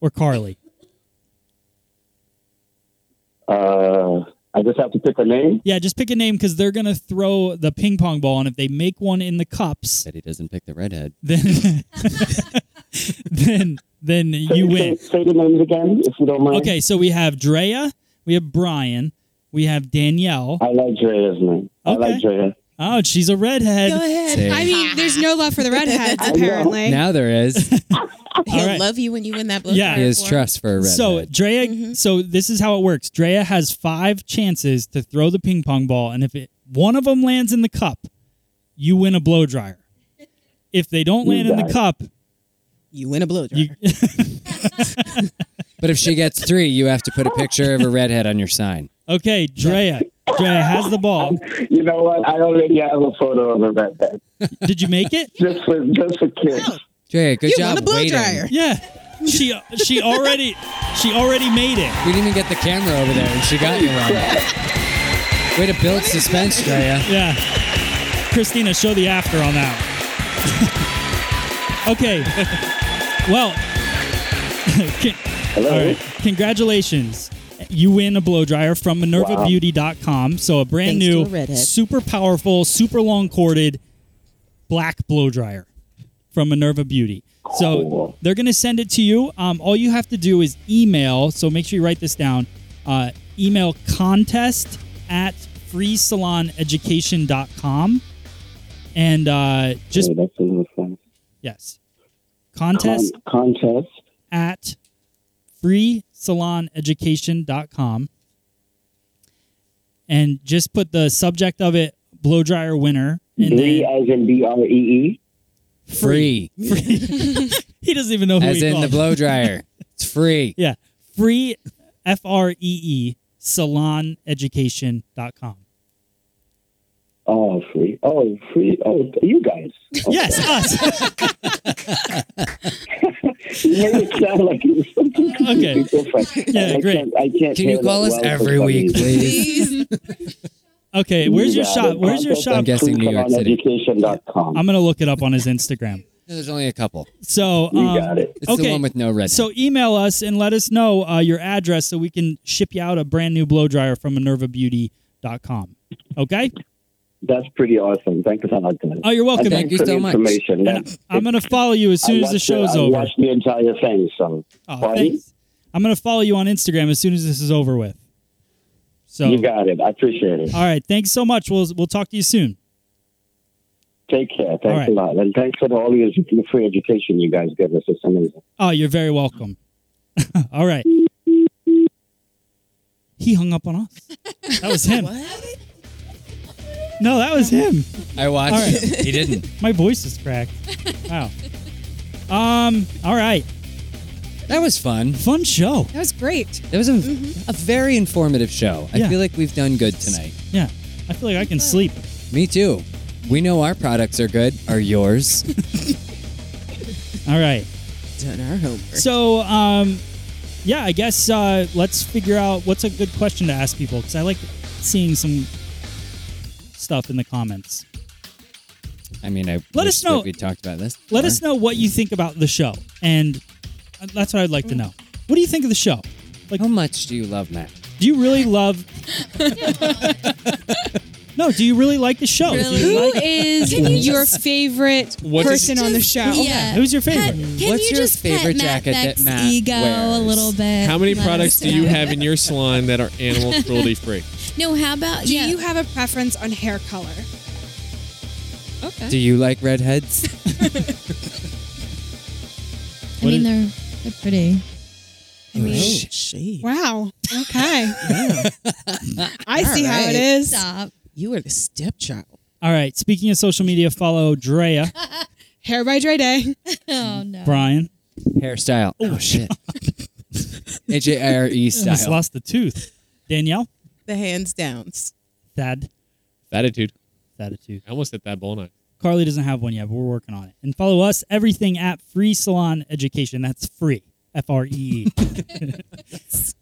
or Carly. Uh, I just have to pick a name. Yeah, just pick a name because they're gonna throw the ping pong ball, and if they make one in the cups, that he doesn't pick the redhead, then then then you win. Say, say the names again, if you don't mind. Okay, so we have Drea, we have Brian, we have Danielle. I like Drea's name. I like Drea. Oh, she's a redhead. Oh. Say it. I mean, there's no love for the redheads, I know. apparently. now there is. He'll right. love you when you win that blow. Yeah. He is trust for a redhead. So Drea, Mm-hmm. so this is how it works. Drea has five chances to throw the ping pong ball, and if it one of them lands in the cup, you win a blow dryer. If they don't You land in got the it. cup, You win a blow dryer. you, but if she gets three, you have to put a picture of a redhead on your sign. okay, Drea, Drea has the ball. You know what? I already have a photo of a redhead. Did you make it? Just for just for kids. Drea, good you job. won a blow waiting. dryer. Yeah, she she already she already made it. We didn't even get the camera over there, and she got you one. Way to build suspense, Drea. Yeah, Christina, show the after on that. one. okay, well, can- Hello. all right. Congratulations. You win a blow dryer from minervabeauty.com. So a brand Thanks to a new, redhead. super powerful, super long corded black blow dryer from Minerva Beauty. So Cool. they're going to send it to you. Um, all you have to do is email. So make sure you write this down. Uh, email contest at freesaloneducation.com. And uh, just, Hey, that's a little fun. yes, contest Con- contest. at freesaloneducation.com and just put the subject of it blow dryer winner and Bree then as in B R E E. Free, he doesn't even know who as he in the called. blow dryer. It's free. yeah free f r e e saloneducation.com Oh, free. Oh, free. Oh, you guys. Oh, yes us You made it sound like it was something Okay. completely different. Yeah, I great. Can't, I can't Can you hear call that us well for every some week, reason. please? okay You where's your got shop it. where's your Contest shop I'm guessing New York City. freesaloneducation.com. i'm gonna look it up on his instagram No, there's only a couple. so You um, got it. It's the Okay. one with no red. So email us and let us know uh, your address so we can ship you out a brand new blow dryer from minervabeauty.com. Okay? That's pretty awesome. Thank you so much. guys. Oh, you're welcome. And Thank thanks you for the so much. Information. And That's- I'm going to follow you as soon as the show's I watched it- I over. watched the entire thing, so Oh, Pardon? thanks. I'm going to follow you on Instagram as soon as this is over with. So, you got it. I appreciate it. all right. Thanks so much. We'll, we'll talk to you soon. Take care. Thanks right. a lot. And thanks for all your the free education you guys give us. It's amazing. Oh, you're very welcome. all right. He hung up on us. That was him. No, that was him. I watched All right. him. He didn't. My voice is cracked. Wow. Um. All right. That was fun. Fun show. That was great. That was a, a very informative show. I Yeah. feel like we've done good tonight. Yeah. I feel like I can sleep. Me too. We know our products are good. Are yours? All right. Done our homework. So, um, yeah. I guess uh, let's figure out what's a good question to ask people because I like seeing some stuff in the comments. I mean, I Let wish us know. that we talked about this. Let us know what you think about the show, and uh, that's what I'd like to know. What do you think of the show? Like, How much do you love Matt? do you really love? no. Do you really like the show? Do you Who Oh, like- is your favorite What does- person on the show? Yeah. Who's your favorite? Pet- can What's you your just favorite pet Matt jacket that Beck's Matt ego wears? a little bit? How many Let products us do you know. have in your salon that are animal cruelty free? No, how about Do yeah. you have a preference on hair color? Do you like redheads? I mean, they're they're pretty. I Oh, mean, Shade. wow. Okay. I see All how right. it is. Stop. You are the stepchild. All right. Speaking of social media, follow Drea, Hair by Dre Day. Oh no. Brian. Hairstyle. Oh, shit. H A I R E I Just style. lost the tooth. Danielle. The hands downs. Thad. Attitude. Thad a tooth. I almost hit that bull knife. Carly doesn't have one yet, but we're working on it. And follow us everything at Free Salon Education. That's free. F R E E.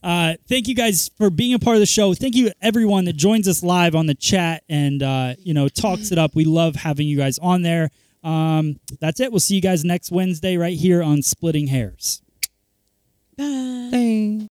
Uh, Thank you guys for being a part of the show. Thank you everyone that joins us live on the chat and uh, you know talks it up. We love having you guys on there. Um, that's it. We'll see you guys next Wednesday right here on Splitting Hairs. Bye.